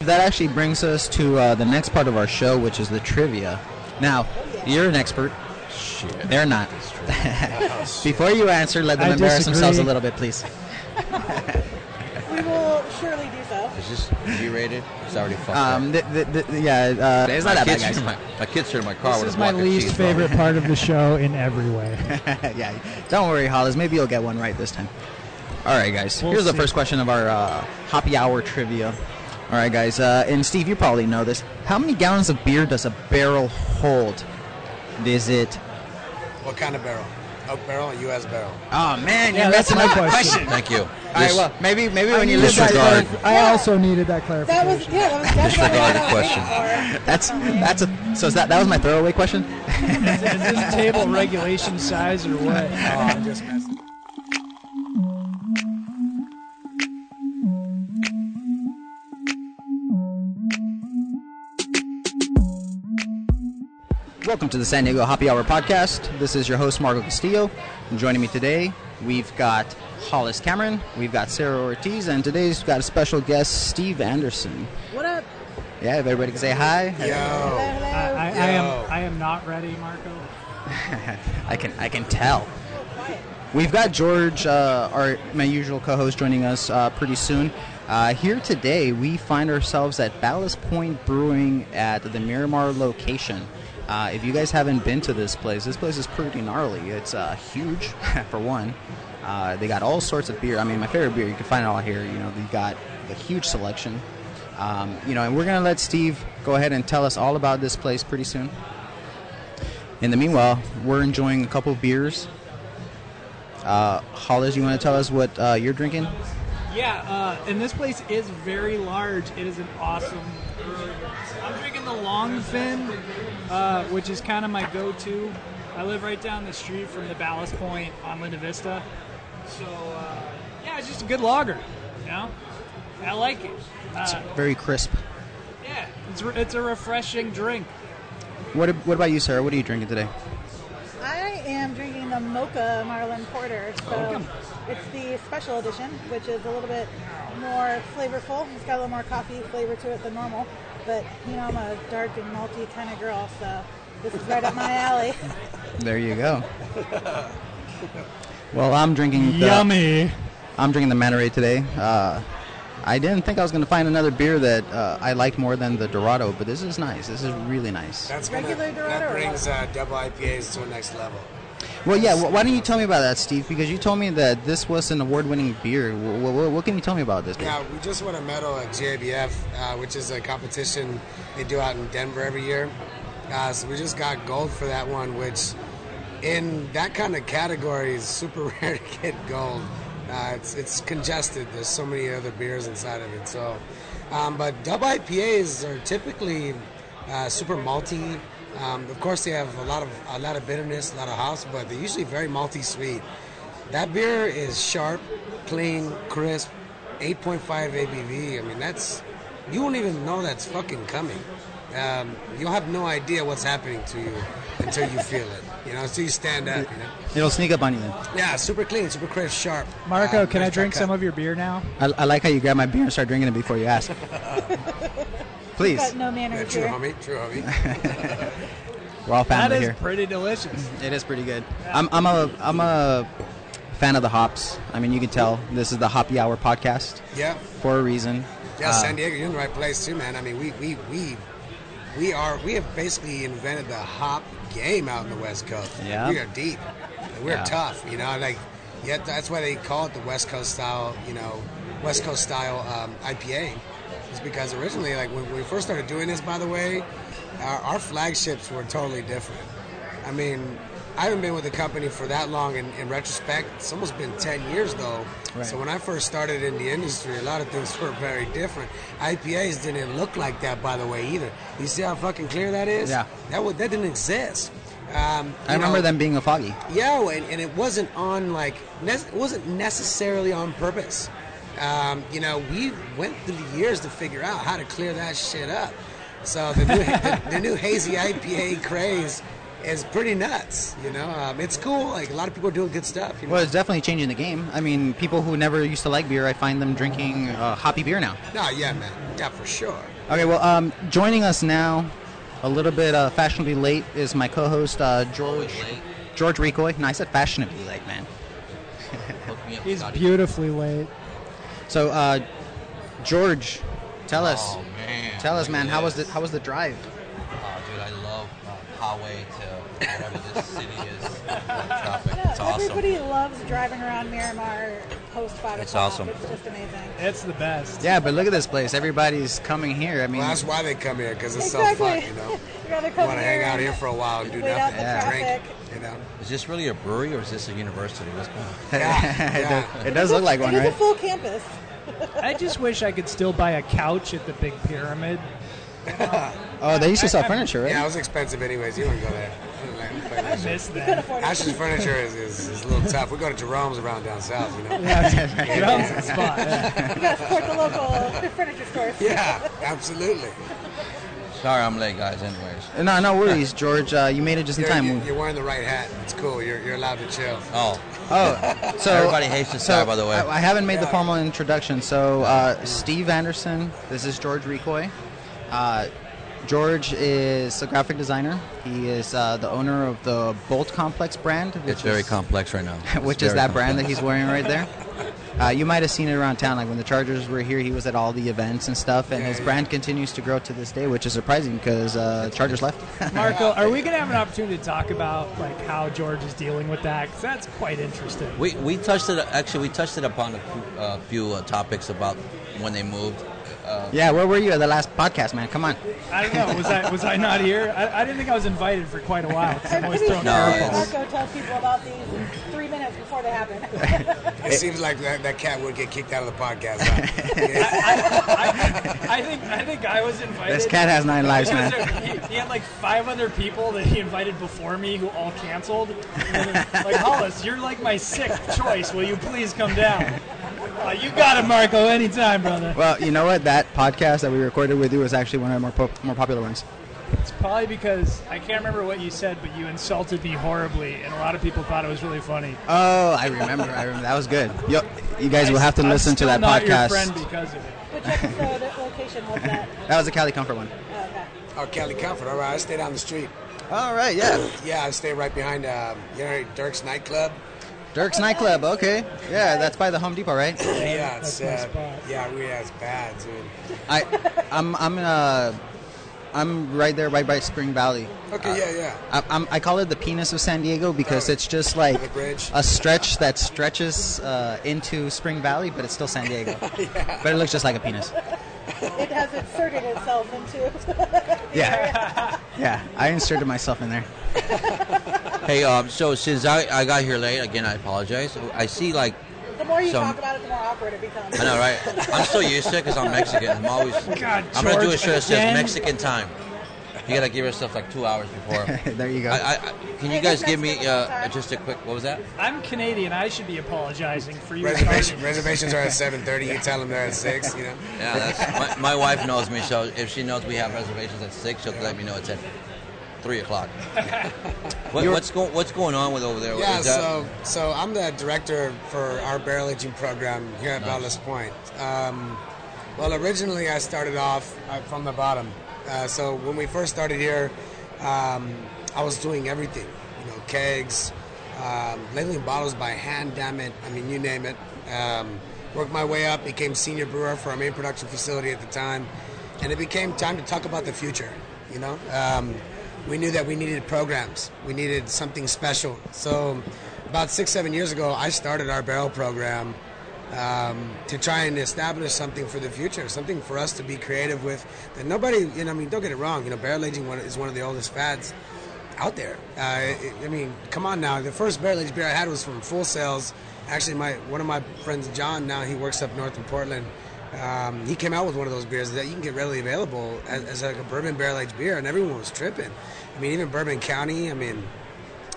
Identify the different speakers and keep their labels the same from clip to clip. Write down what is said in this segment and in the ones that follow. Speaker 1: that actually brings us to uh, the next part of our show, which is the trivia. Now, you're an expert.
Speaker 2: Shit.
Speaker 1: They're not. Before you answer, let them
Speaker 3: I
Speaker 1: embarrass
Speaker 3: disagree.
Speaker 1: themselves a little bit, please.
Speaker 4: We will surely do so.
Speaker 2: Is this G-rated? It's already fucked
Speaker 1: Um,
Speaker 2: up.
Speaker 1: th- th- th- yeah, uh, it's not
Speaker 2: my
Speaker 1: that bad,
Speaker 2: kids
Speaker 1: guys.
Speaker 2: are My, my kids are in my car
Speaker 3: This
Speaker 2: with
Speaker 3: is
Speaker 2: a
Speaker 3: my
Speaker 2: block of
Speaker 3: least
Speaker 2: cheese, bro.
Speaker 3: favorite part of the show in every way.
Speaker 1: yeah, don't worry, Hollis. Maybe you'll get one right this time. All right, guys.
Speaker 3: We'll
Speaker 1: Here's the
Speaker 3: see.
Speaker 1: first question of our uh, happy hour trivia. All right, guys. Uh, and Steve, you probably know this. How many gallons of beer does a barrel hold? Is it?
Speaker 5: What kind of barrel? Oak barrel or U.S. barrel?
Speaker 1: Oh man,
Speaker 3: Yeah,
Speaker 1: you messed
Speaker 3: that's my
Speaker 1: up the
Speaker 3: question.
Speaker 2: Thank you.
Speaker 1: All right,
Speaker 2: Dis-
Speaker 1: well, maybe maybe
Speaker 3: I
Speaker 1: when you
Speaker 3: needed
Speaker 1: listen,
Speaker 3: that
Speaker 2: disregard.
Speaker 3: clarif- I also needed that
Speaker 4: That
Speaker 3: clarification.
Speaker 4: was yeah. That was definitely
Speaker 2: Disregarded
Speaker 4: what I was
Speaker 2: question.
Speaker 4: waiting for.
Speaker 1: that's that's a so is that that was my throwaway question.
Speaker 3: Is this table regulation size or what?
Speaker 5: Oh, I
Speaker 3: Um,
Speaker 5: just messed.
Speaker 1: Welcome to the San Diego Happy Hour podcast. This is your host Marco Castillo. And joining me today, we've got Hollis Cameron, we've got Sarah Ortiz, and today's got a special guest, Steve Anderson.
Speaker 4: What up?
Speaker 1: Yeah, if everybody can say hi.
Speaker 5: Yo.
Speaker 4: Hello.
Speaker 3: I, I, I
Speaker 5: Yo.
Speaker 3: am I am not ready, Marco.
Speaker 1: I can I can tell. We've got George, uh, our my usual co-host, joining us uh, pretty soon. Uh, here today, we find ourselves at Ballast Point Brewing at the Miramar location. Uh, if you guys haven't been to this place, this place is pretty gnarly. It's uh, huge, for one. Uh, they got all sorts of beer. I mean, my favorite beer you can find it all here. You know, they got a huge selection. Um, you know, and we're gonna let Steve go ahead and tell us all about this place pretty soon. In the meanwhile, we're enjoying a couple of beers. Uh, Hollis, you want to tell us what uh, you're drinking?
Speaker 3: Yeah, uh, and this place is very large. It is an awesome brewery. I'm drinking the Longfin, uh, which is kind of my go-to. I live right down the street from the Ballast Point on Linda Vista, so uh, yeah, it's just a good lager. You know, I like it. Uh,
Speaker 1: Very crisp.
Speaker 3: yeah, it's, re- it's a refreshing drink.
Speaker 1: What, ab- what about you, Sarah? What are you drinking today?
Speaker 4: I am drinking the Mocha Marlin Porter. So it's the special edition, which is a little bit more flavorful. It's got a little more coffee flavor to it than normal. But, you know, I'm a dark and malty kind of girl, so this is right up my alley.
Speaker 1: There you go. well, I'm drinking. The, I'm drinking the Monterey today. Uh, I didn't think I was going to find another beer that uh, I liked more than the Dorado, but this is nice. This is really nice.
Speaker 5: That's gonna,
Speaker 4: Regular Dorado
Speaker 5: That
Speaker 4: or
Speaker 5: brings
Speaker 4: what?
Speaker 5: uh, double IPAs to a next level.
Speaker 1: Well, yeah. wh- Why don't you tell me about that, Steve? Because you told me that this was an award-winning beer. Wh- wh- what can you tell me about this? beer?
Speaker 5: Yeah, we just won a medal at JBF, uh, which is a competition they do out in Denver every year. Uh, so we just got gold for that one, which in that kind of category is super rare to get gold. Uh, it's it's congested. There's so many other beers inside of it. So, um, but dub IPAs are typically uh, super malty. Um, of course, they have a lot of a lot of bitterness, a lot of hops, but they're usually very malty sweet. That beer is sharp, clean, crisp, 8.5 ABV. I mean, that's you won't even know that's fucking coming. Um, you'll have no idea what's happening to you until you feel it. You know, until you stand up. You know?
Speaker 1: It'll sneak up on you then.
Speaker 5: Yeah, super clean, super crisp, sharp.
Speaker 3: Marco,
Speaker 5: Uh,
Speaker 3: can I
Speaker 5: fresh
Speaker 3: drink
Speaker 5: cut.
Speaker 3: some of your beer now?
Speaker 1: I, I like how you grab my beer and start drinking it before you ask. Please,
Speaker 4: Got no
Speaker 5: Yeah,
Speaker 4: manners
Speaker 5: true,
Speaker 4: here.
Speaker 5: homie. True, homie.
Speaker 1: we're all
Speaker 3: That
Speaker 1: family
Speaker 3: is
Speaker 1: here.
Speaker 3: pretty delicious.
Speaker 1: It is pretty good. I'm, I'm a I'm a fan of the hops. I mean, you can tell this is the Hoppy Hour podcast
Speaker 5: Yeah.
Speaker 1: for a reason.
Speaker 5: Yeah,
Speaker 1: Uh,
Speaker 5: San Diego, you're in the right place too, man. I mean, we we we we are we have basically invented the hop game out in the West Coast.
Speaker 1: Yeah.
Speaker 5: we are deep. We're
Speaker 1: Yeah.
Speaker 5: tough, you know. Like, yeah, that's why they call it the West Coast style, you know, West Coast style um, IPA. It's because originally, like when we first started doing this, by the way, our, our flagships were totally different. I mean, I haven't been with the company for that long. In, in retrospect, it's almost been ten years though.
Speaker 1: Right.
Speaker 5: So when I first started in the industry, a lot of things were very different. IPAs didn't look like that, by the way, either. You see how fucking clear that is?
Speaker 1: Yeah.
Speaker 5: That was, that didn't exist. Um, you
Speaker 1: I remember
Speaker 5: know,
Speaker 1: them being a foggy.
Speaker 5: yeah, and, and it wasn't on like ne- it wasn't necessarily on purpose. Um, you know, we went through the years to figure out how to clear that shit up. So the new, the, the new hazy IPA craze is pretty nuts. You know, um, it's cool. Like a lot of people are doing good stuff. You know?
Speaker 1: Well, it's definitely changing the game. I mean, people who never used to like beer, I find them drinking uh, hoppy beer now.
Speaker 5: No, yeah, man, yeah, for sure.
Speaker 1: Okay, well, um, joining us now, a little bit uh, fashionably late, is my co-host uh, George
Speaker 2: late.
Speaker 1: George Recoy. No, I said fashionably late, man.
Speaker 2: Hook me up,
Speaker 3: He's
Speaker 2: Scotty.
Speaker 3: beautifully late.
Speaker 1: So, uh, George, tell us,
Speaker 2: Oh, man.
Speaker 1: tell us,
Speaker 2: Look
Speaker 1: man,
Speaker 2: at
Speaker 1: how was the
Speaker 2: this.
Speaker 1: how was the drive?
Speaker 2: Oh, dude, I love uh, highway to whatever this city is. Traffic. It's awesome.
Speaker 4: Everybody loves driving around Miramar post five
Speaker 2: It's
Speaker 4: o'clock.
Speaker 2: awesome.
Speaker 4: It's just amazing.
Speaker 3: It's the best.
Speaker 1: Yeah, but look at this place. Everybody's coming here. I mean,
Speaker 5: Well, that's why they come here because it's so fun.
Speaker 4: exactly.
Speaker 5: You know,
Speaker 4: would rather
Speaker 5: you
Speaker 4: come
Speaker 5: want to
Speaker 4: here
Speaker 5: hang out
Speaker 4: and
Speaker 5: here for a while and do
Speaker 4: wait out
Speaker 5: nothing,
Speaker 4: the
Speaker 5: and drink.
Speaker 4: traffic.
Speaker 5: You know,
Speaker 2: Is this really a brewery or is this a university? What's going on?
Speaker 5: yeah, yeah.
Speaker 1: it does look like
Speaker 4: It
Speaker 1: one,
Speaker 4: is
Speaker 1: right?
Speaker 4: a full campus.
Speaker 3: I just wish I could still buy a couch at the Big Pyramid.
Speaker 1: Oh, they used to sell furniture, right?
Speaker 5: Yeah, it was expensive anyways. You wouldn't go there. I don't like- I don't like that shit.
Speaker 3: Miss
Speaker 4: Could
Speaker 3: that.
Speaker 4: afford it.
Speaker 5: Ash's furniture is, is, is a little tough. We go to Jerome's around down south, you know.
Speaker 3: That was the spot. yeah.
Speaker 4: You gotta support the local furniture stores.
Speaker 5: Yeah, absolutely.
Speaker 2: Sorry, I'm late, guys. Anyways.
Speaker 1: No, no worries, George. Uh, you made it just in
Speaker 5: You're,
Speaker 1: time.
Speaker 5: you're- you're wearing the right hat. It's cool. You're, you're allowed to chill.
Speaker 2: Oh,
Speaker 1: Oh, so
Speaker 2: Everybody hates this guy, by the way.
Speaker 1: I, I haven't made the
Speaker 5: Yeah.
Speaker 1: formal introduction. So, uh, Steve Anderson. This is George Recoy. Uh, George is a graphic designer. He is uh, the owner of the Bolt Complex brand. Which
Speaker 2: it's very
Speaker 1: is,
Speaker 2: complex right now. It's
Speaker 1: Which is
Speaker 2: very
Speaker 1: that brand that
Speaker 2: complex.
Speaker 1: he's wearing right there. Uh, you might have seen it around town. Like when the Chargers were here, he was at all the events and stuff. And
Speaker 5: Yeah,
Speaker 1: his
Speaker 5: yeah.
Speaker 1: brand continues to grow to this day, which is surprising because uh, Chargers left.
Speaker 3: Marco, are we gonna have an opportunity to talk about like how George is dealing with that? 'Cause that's quite interesting.
Speaker 2: We, we touched it actually. We touched it upon a few, uh, few uh, topics about when they moved. Uh,
Speaker 1: yeah, where were you at the last podcast, man? Come on.
Speaker 3: I don't know. Was I was I not here? I, I didn't think I was invited for quite a while. 'cause I'm
Speaker 4: I'm
Speaker 3: always
Speaker 4: pretty sure
Speaker 3: throwing
Speaker 2: No,
Speaker 3: curveballs.
Speaker 2: it's-
Speaker 4: Marco tells people about these three minutes before they happen.
Speaker 5: It seems like that, that cat would get kicked out of the podcast. huh? Yeah.
Speaker 3: I, I, I think I think I was invited.
Speaker 1: This cat has nine lives,
Speaker 3: He was
Speaker 1: man.
Speaker 3: there- he, he had like five other people that he invited before me who all canceled. And then, like Hollis, you're like my sixth choice. Will you please come down? Uh, you got it, Marco. Anytime, brother.
Speaker 1: Well, you know what? That podcast that we recorded with you was actually one of the more, po- more popular ones.
Speaker 3: It's probably because I can't remember what you said, but you insulted me horribly, and a lot of people thought it was really funny.
Speaker 1: Oh, I remember. I remember. That was good. Yo, you guys will have to
Speaker 3: I'm
Speaker 1: listen to
Speaker 3: still
Speaker 1: that
Speaker 3: not Your
Speaker 1: podcast.
Speaker 3: friend because of it.
Speaker 4: Which episode, what location was that?
Speaker 1: That was the Cali Comfort one.
Speaker 4: Oh, okay.
Speaker 5: oh, Kelly Comfort. All right, I stay down the street.
Speaker 1: All right, yeah.
Speaker 5: Yeah, I stay right behind, um, you know, Dirk's nightclub.
Speaker 1: Dirk's nightclub. Okay, yeah, that's by the Home Depot, right?
Speaker 5: Yeah,
Speaker 3: that's
Speaker 5: it's
Speaker 3: my
Speaker 5: uh,
Speaker 3: spot.
Speaker 5: yeah, we yeah, it's bad, dude.
Speaker 1: I, I'm, I'm, uh, I'm right there, right by Spring Valley.
Speaker 5: Okay,
Speaker 3: Uh,
Speaker 5: yeah, yeah.
Speaker 1: I, I'm, I call it the penis of San Diego because it's just like
Speaker 5: The bridge.
Speaker 1: a stretch that stretches uh, into Spring Valley, but it's still San Diego. But it looks just like a penis.
Speaker 4: It has inserted itself into.
Speaker 1: Yeah, yeah. I inserted myself in there.
Speaker 2: hey, um, so since I, I got here late again, I apologize. I see like
Speaker 4: The more you
Speaker 2: Some-
Speaker 4: talk about it, the more awkward it becomes.
Speaker 2: I know, right? I'm so used to it because I'm Mexican. I'm always.
Speaker 3: God,
Speaker 2: I'm gonna do a
Speaker 3: George,
Speaker 2: show that says
Speaker 3: again?
Speaker 2: Mexican time. You gotta give yourself like two hours before.
Speaker 1: there you go.
Speaker 2: I, I, I, can you
Speaker 4: Hey,
Speaker 2: guys
Speaker 4: that's
Speaker 2: give me
Speaker 4: Mexican
Speaker 2: uh,
Speaker 4: time.
Speaker 2: just a quick? What was that?
Speaker 3: I'm Canadian. I should be apologizing for you.
Speaker 5: Reservation, reservations are at seven thirty. You tell them they're at six. You know.
Speaker 2: Yeah, that's, my, my wife knows me, so if she knows we have reservations at six, she'll let me know it's at three o'clock. what, what's going What's going on with over there?
Speaker 5: Yeah,
Speaker 2: Is that-
Speaker 5: so so I'm the director for our barrel aging program here at Ballast Point. Um, well, originally I started off uh, from the bottom. Uh, so when we first started here, um, I was doing everything, you know, kegs, um, labeling bottles by hand. Damn it, I mean, you name it. Um, worked my way up, became senior brewer for our main production facility at the time, and it became time to talk about the future. You know. Um, we knew that we needed programs. We needed something special. So, about six, seven years ago, I started our barrel program um, to try and establish something for the future, something for us to be creative with. That nobody, you know, I mean, don't get it wrong. You know, barrel aging one- is one of the oldest fads out there. Uh, it, I mean, come on now. The first barrel aged beer I had was from Full Sales. Actually, my one of my friends, John, now he works up north in Portland. Um, he came out with one of those beers that you can get readily available as, as like a bourbon barrel aged beer, and everyone was tripping. I mean, even Bourbon County. I mean,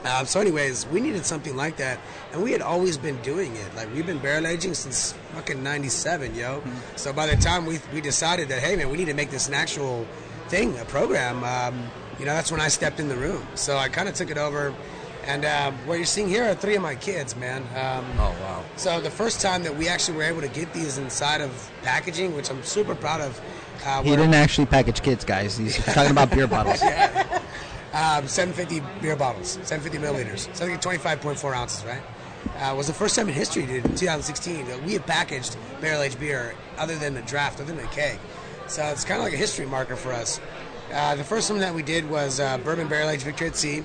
Speaker 5: uh, so, anyways, we needed something like that, and we had always been doing it. Like we've been barrel aging since fucking '97, yo.
Speaker 1: Hmm.
Speaker 5: So by the time we we decided that, hey man, we need to make this an actual thing, a program. Um, you know, that's when I stepped in the room. So I kind of took it over. And uh, what you're seeing here are three of my kids, man. Um,
Speaker 2: Oh wow.
Speaker 5: so the first time that we actually were able to get these inside of packaging, which I'm super proud of. Uh,
Speaker 1: He
Speaker 5: were-
Speaker 1: didn't actually package kids, guys. He's talking about beer bottles.
Speaker 5: um, 750 beer bottles, 750 milliliters. So I think 25.4 ounces, right? Uh, was the first time in history, dude, in 2016, that we had packaged barrel aged beer other than a draft, other than a keg. So it's kind of like a history marker for us. Uh, the first one that we did was uh, bourbon barrel aged Victory at Sea.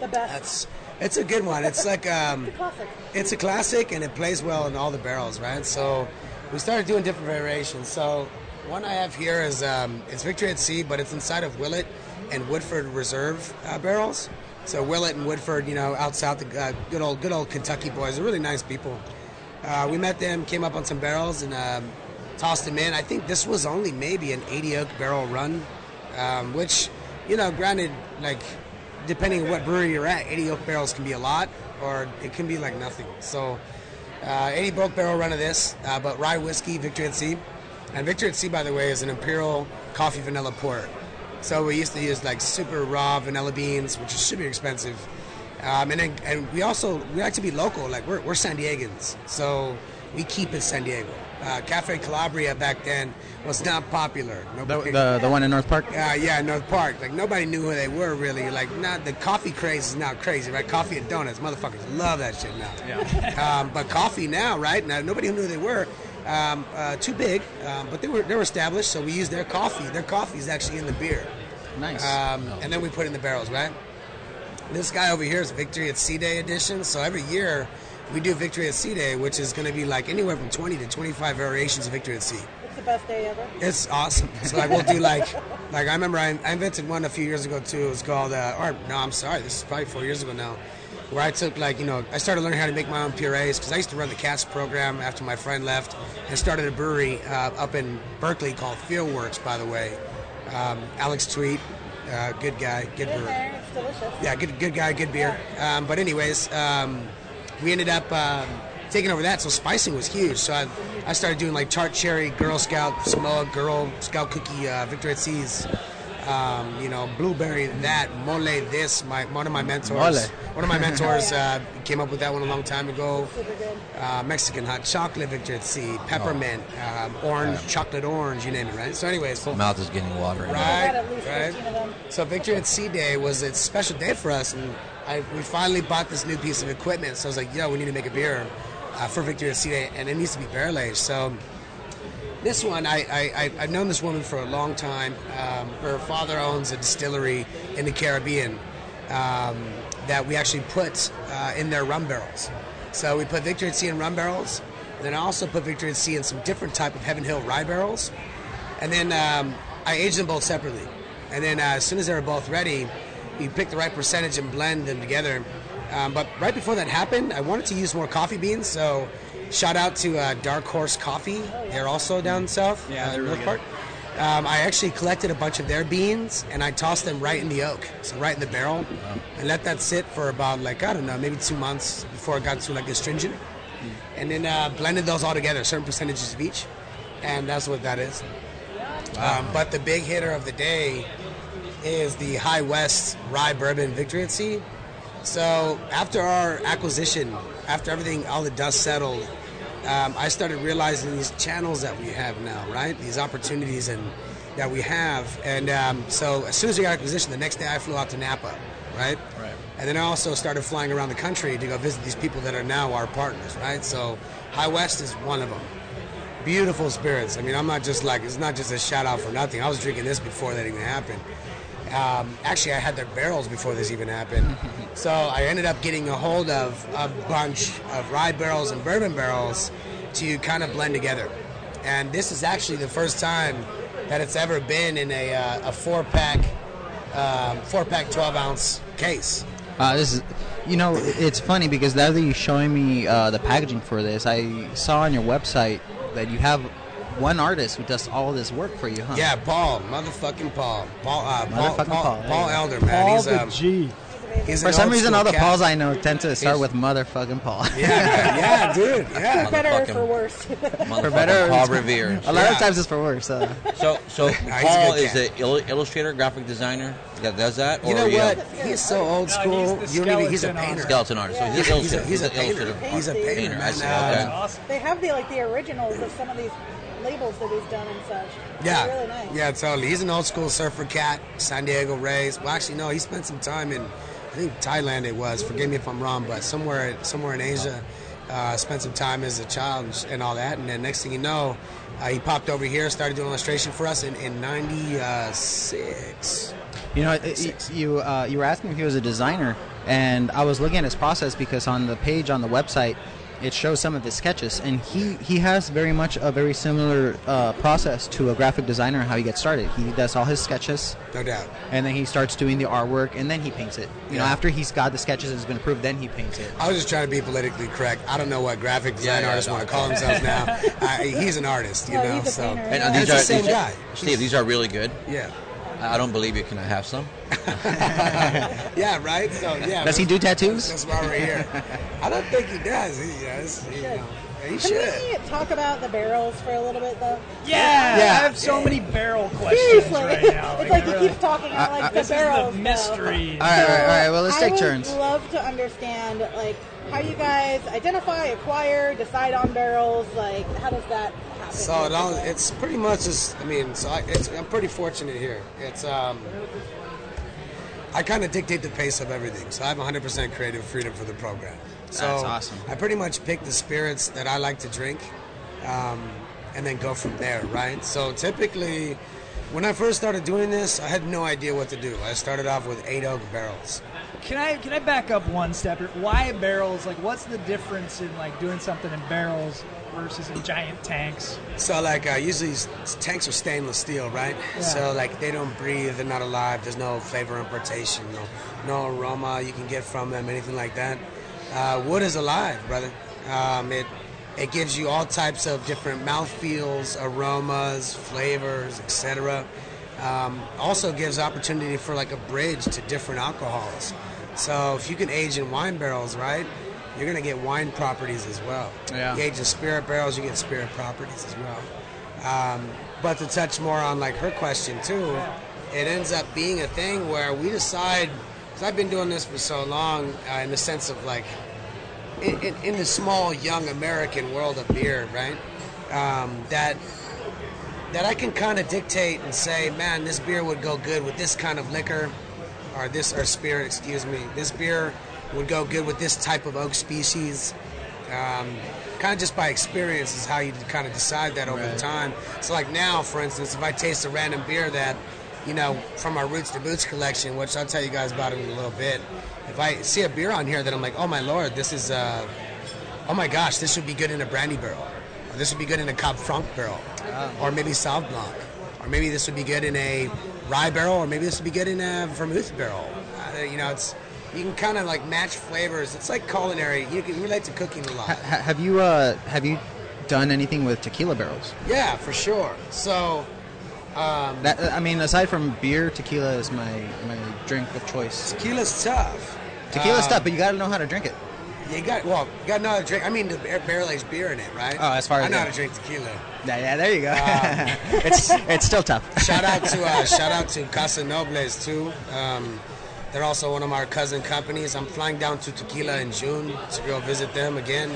Speaker 4: The best.
Speaker 5: That's it's a good one. It's like um,
Speaker 4: Classic.
Speaker 5: it's a classic and it plays well in all the barrels, right? So we started doing different variations. So one I have here is um, it's Victory at Sea, but it's inside of Willett and Woodford Reserve uh, barrels. So Willett and Woodford, you know, out south, the uh, good old good old Kentucky boys. They're really nice people. Uh, we met them, came up on some barrels, and um, tossed them in. I think this was only maybe an 80 oak barrel run, um, which, you know, granted, like depending on what brewery you're at, 80 oak barrels can be a lot, or it can be like nothing. So, uh, 80 oak barrel run of this, uh, but rye whiskey, Victory at Sea, and Victory at Sea, by the way, is an imperial coffee vanilla port. So we used to use like super raw vanilla beans, which is super expensive, um, and then, and we also we like to be local. Like we're we're San Diegans, so we keep it San Diego. Uh, Cafe Calabria back then was not popular.
Speaker 1: The,
Speaker 5: Nobody-
Speaker 1: the, the one in North Park?
Speaker 5: uh, yeah, North Park. Like nobody knew who they were really. Like not the coffee craze is now crazy, right? Coffee and donuts, motherfuckers love that shit now. Yeah. um, but coffee now, right? Now nobody knew who they were. Um, uh, too big, um, but they were they were established, so we used their coffee. Their coffee is actually in the beer,
Speaker 1: Nice.
Speaker 5: um, and then we put it in the barrels, right? This guy over here is Victory at Sea Day edition. So every year we do Victory at Sea Day, which is going to be like anywhere from 20 to 25 variations of Victory at Sea.
Speaker 4: It's the best day ever.
Speaker 5: It's awesome. So like we'll do like like I remember I, I invented one a few years ago too. It was called uh, or no I'm sorry this is probably four years ago now, where I took like you know I started learning how to make my own purees because I used to run the cats program after my friend left and started a brewery uh, up in Berkeley called Fieldworks by the way. Um, Alex Tweet, uh, good guy, good
Speaker 4: Been
Speaker 5: brewer.
Speaker 4: there. It's delicious.
Speaker 5: Yeah, good, good guy, good beer. Um, but anyways, um, we ended up um, taking over that, so spicing was huge. So I, I started doing like tart cherry, Girl Scout, Samoa Girl Scout cookie, uh, Victor at Seas, um, you know, blueberry that, mole this. My one of my mentors,
Speaker 1: Mole.
Speaker 5: one of my mentors uh, came up with that one a long time ago.
Speaker 4: Super good.
Speaker 5: Uh, Mexican hot chocolate, Victor at Sea, peppermint, um, orange, chocolate orange, you name it, right? So anyways,
Speaker 2: Mouth is getting watery. now.
Speaker 5: Right,
Speaker 4: I got at least
Speaker 5: right.
Speaker 4: 15 of them.
Speaker 5: So Victory at Sea Day was a special day for us, and I, we finally bought this new piece of equipment. So I was like, "Yo, we need to make a beer uh, for Victory at Sea Day, and it needs to be barrel aged." So this one, I, I, I, I've known this woman for a long time. Um, her father owns a distillery in the Caribbean um, that we actually put uh, in their rum barrels. So we put Victory at Sea in rum barrels. Then I also put Victory at Sea in some different type of Heaven Hill rye barrels. And then um, I aged them both separately. And then uh, as soon as they were both ready, you pick the right percentage and blend them together. Um, but right before that happened, I wanted to use more coffee beans. So shout out to uh, Dark Horse Coffee. They're also down south,
Speaker 3: Mm. Yeah,
Speaker 5: uh,
Speaker 3: they're really
Speaker 5: North Park. Um, I actually collected a bunch of their beans and I tossed them right in the oak, so right in the barrel, and let that sit for about like I don't know, maybe two months before it got to like astringent,
Speaker 3: Hmm.
Speaker 5: and then uh, blended those all together, certain percentages of each, and that's what that is. Um, but the big hitter of the day is the High West Rye Bourbon Victory at Sea. So after our acquisition, after everything, all the dust settled, um, I started realizing these channels that we have now, right? These opportunities and that we have. And um, so as soon as we got acquisition, the next day I flew out to Napa, right?
Speaker 2: Right.
Speaker 5: And then I also started flying around the country to go visit these people that are now our partners, right? So High West is one of them beautiful spirits. I mean, I'm not just like it's not just a shout out for nothing. I was drinking this before that even happened. Um, actually, I had their barrels before this even happened. so I ended up getting a hold of a bunch of rye barrels and bourbon barrels to kind of blend together. And this is actually the first time that it's ever been in a, uh, a four pack, um, four pack, twelve ounce case.
Speaker 1: Uh, this is, you know, it's funny because now that you're showing me uh, the packaging for this, I saw on your website that you have one artist who does all this work for you, huh?
Speaker 5: Yeah, Paul, motherfucking Paul, Paul, uh, Paul,
Speaker 1: Motherfucking
Speaker 5: Paul,
Speaker 1: Paul,
Speaker 5: Paul,
Speaker 1: there you
Speaker 5: Paul
Speaker 1: go.
Speaker 5: Elder, man.
Speaker 3: All
Speaker 5: He's
Speaker 3: the
Speaker 5: um,
Speaker 3: G.
Speaker 4: favorite.
Speaker 5: He's an
Speaker 1: For some
Speaker 5: old
Speaker 1: reason,
Speaker 5: school
Speaker 1: all the
Speaker 5: cat.
Speaker 1: Pauls I know tend to start with
Speaker 5: He's-
Speaker 1: motherfucking Paul.
Speaker 5: Yeah, yeah, dude. Yeah.
Speaker 4: for better or
Speaker 2: Motherfucking-
Speaker 4: for worse.
Speaker 2: for
Speaker 1: better or-
Speaker 2: Paul Revere.
Speaker 1: A lot
Speaker 5: Yeah.
Speaker 1: of times it's for worse. Uh,
Speaker 2: So, so
Speaker 5: a
Speaker 2: Paul
Speaker 5: good
Speaker 2: is
Speaker 5: cat.
Speaker 2: an il- illustrator, graphic designer that does that, or
Speaker 5: You know
Speaker 2: yeah,
Speaker 5: what? He's so old
Speaker 3: No,
Speaker 5: school.
Speaker 3: he's the
Speaker 5: you don't even, he's a
Speaker 3: skeleton on
Speaker 5: painter.
Speaker 3: it.
Speaker 2: skeleton artist. So he's,
Speaker 5: Yeah,
Speaker 2: an
Speaker 5: he's
Speaker 2: illustrator.
Speaker 5: a- he's a painter.
Speaker 2: illustrator.
Speaker 5: He's
Speaker 4: a
Speaker 5: painter,
Speaker 2: I
Speaker 5: man.
Speaker 2: see.
Speaker 5: Uh,
Speaker 2: okay.
Speaker 3: Awesome.
Speaker 4: they have the like the originals of some of these labels that he's done and such.
Speaker 5: Yeah,
Speaker 4: They're really nice.
Speaker 5: yeah, totally. He's an old school surfer cat, San Diego Rays. Well, actually, no, he spent some time in, I think Thailand it was. Forgive me if I'm wrong, but somewhere somewhere in Asia, uh, spent some time as a child and sh- and all that. And then next thing you know, uh, he popped over here, started doing illustration for us in in '96.
Speaker 1: You know, it-
Speaker 5: Six.
Speaker 1: you uh, you were asking if he was a designer, and I was looking at his process because on the page on the website, it shows some of his sketches, and he he has very much a very similar uh, process to a graphic designer how he gets started. He does all his sketches,
Speaker 5: No doubt.
Speaker 1: and then he starts doing the artwork, and then he paints it. You know,
Speaker 5: Yeah.
Speaker 1: after he's got the sketches and it's been approved, then he paints it.
Speaker 5: I was just trying to be politically correct. I don't know what graphic design
Speaker 2: yeah,
Speaker 5: artists
Speaker 2: no,
Speaker 5: want to call themselves now. Uh, he's an artist, you
Speaker 4: No,
Speaker 5: know.
Speaker 4: he's a
Speaker 5: so
Speaker 4: painter,
Speaker 2: And
Speaker 4: yeah.
Speaker 2: these
Speaker 5: That's the
Speaker 2: are
Speaker 5: same
Speaker 2: these are-
Speaker 5: guy.
Speaker 2: Steve, these are really good.
Speaker 5: yeah,
Speaker 2: I I don't believe you. Can I have some?
Speaker 5: yeah, right. So yeah.
Speaker 1: Does he do
Speaker 5: That's,
Speaker 1: tattoos?
Speaker 5: that's why we're here. I don't think he does. He does. You know,
Speaker 4: Can
Speaker 5: he should.
Speaker 4: we talk about the barrels for a little bit though?
Speaker 3: Yeah,
Speaker 1: Yeah.
Speaker 3: I have so many barrel questions
Speaker 4: Seriously,
Speaker 3: right now.
Speaker 4: it's like
Speaker 3: I
Speaker 4: you
Speaker 3: really-
Speaker 4: keep talking about like the
Speaker 3: this is the
Speaker 4: barrels. though.
Speaker 3: mystery.
Speaker 1: All right, all right, all right. Well, let's
Speaker 4: I
Speaker 1: take
Speaker 4: would
Speaker 1: turns.
Speaker 4: Love to understand like how you guys identify, acquire, decide on barrels. Like how does that happen?
Speaker 5: So it all, it's pretty much just. I mean, so I, it's, I'm pretty fortunate here. It's um, I kind of dictate the pace of everything, so I have 100% creative freedom for the program. So
Speaker 1: That's awesome.
Speaker 5: I pretty much pick the spirits that I like to drink, um, and then go from there. Right. So typically, when I first started doing this, I had no idea what to do. I started off with eight oak barrels.
Speaker 3: Can I can I back up one step? here? Why barrels? Like, what's the difference in like doing something in barrels versus in giant tanks?
Speaker 5: So like uh, usually s- tanks are stainless steel, right? So like they don't breathe, they're not alive. There's no flavor importation, no no aroma you can get from them, anything like that. Uh, wood is alive, brother. Um, it it gives you all types of different mouthfeels, aromas, flavors, etc. Um, also gives opportunity for like a bridge to different alcohols. So if you can age in wine barrels, right? You're gonna get wine properties as well.
Speaker 1: Yeah.
Speaker 5: You age in spirit barrels, you get spirit properties as well. Um, but to touch more on like her question too, it ends up being a thing where we decide. Because I've been doing this for so long, uh, in the sense of like, in, in, in the small young American world of beer, right? Um, that that I can kind of dictate and say, man, this beer would go good with this kind of liquor, or this or spirit, excuse me. This beer would go good with this type of oak species. Um, kind of just by experience is how you kind of decide that over
Speaker 1: Right.
Speaker 5: time. So like now, for instance, if I taste a random beer that, you know, from our Roots to Boots collection, which I'll tell you guys about in a little bit. If I see a beer on here that I'm like, oh my lord, this is. Uh, oh my gosh, this would be good in a brandy barrel, or this would be good in a Cab Franc barrel, or maybe Sauv Blanc, or maybe this would be good in a rye barrel, or maybe this would be good in a vermouth barrel. Uh, you know, it's you can kind of like match flavors. It's like culinary. You can relate to cooking a lot.
Speaker 1: Ha- have you uh, have you done anything with tequila barrels?
Speaker 5: Yeah, for sure. So
Speaker 1: That uh, I mean, aside from beer, tequila is my my drink of choice.
Speaker 5: tequila's tough.
Speaker 1: Tequila
Speaker 5: Um,
Speaker 1: stuff, but you got to know how to drink it.
Speaker 5: You got well, you got another drink. I mean, the barrel aged beer in it, right?
Speaker 1: Oh, as far as-
Speaker 5: I know how
Speaker 1: yeah.
Speaker 5: to drink tequila.
Speaker 1: Yeah, yeah, there you go.
Speaker 5: um,
Speaker 1: it's it's still tough.
Speaker 5: shout out to uh, shout out to Casa Nobles too. Um, they're also one of our cousin companies. I'm flying down to Tequila in June to go visit them again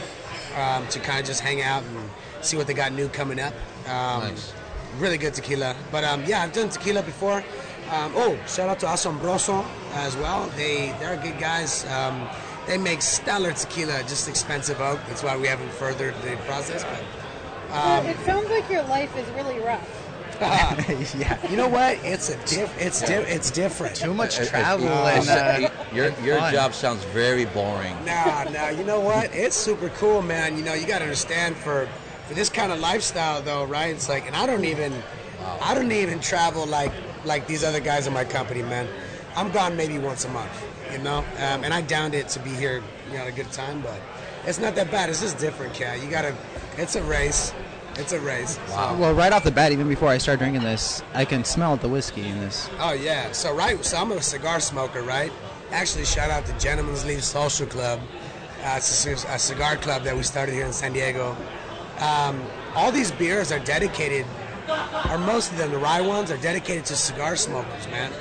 Speaker 5: um, to kind of just hang out and see what they got new coming up. Um,
Speaker 2: Nice.
Speaker 5: Really good tequila, but um, yeah, I've done tequila before. Um, oh, shout out to Asombroso as well. They they're good guys. Um, they make stellar tequila, just expensive oak. That's why we haven't furthered the process. But
Speaker 4: Uh,
Speaker 5: um,
Speaker 4: it sounds like your life is really rough.
Speaker 1: yeah,
Speaker 5: you know what? It's a diff- it's di- it's different.
Speaker 1: too much
Speaker 2: Uh, uh,
Speaker 1: travel
Speaker 2: uh,
Speaker 1: and uh,
Speaker 2: your
Speaker 1: and
Speaker 2: your
Speaker 1: fun.
Speaker 2: job sounds very boring.
Speaker 5: Nah, nah. You know what? It's super cool, man. You know, you got to understand for for this kind of lifestyle, though, right? It's like, and I don't even, I don't even travel like like these other guys in my company, man. I'm gone maybe once a month, you know. Um, and I downed it to be here, you know, at a good time, but it's not that bad. It's just different, cat. You gotta. It's a race. It's a race. Wow.
Speaker 1: Well, right off the bat, even before I start drinking this, I can smell the whiskey in this.
Speaker 5: Oh yeah. So right. So I'm a cigar smoker, right? Actually, shout out to Gentlemen's Leaf Social Club. Uh, it's a, c- a cigar club that we started here in San Diego. Um, all these beers are dedicated, or most of them, the rye ones, are dedicated to cigar smokers, man.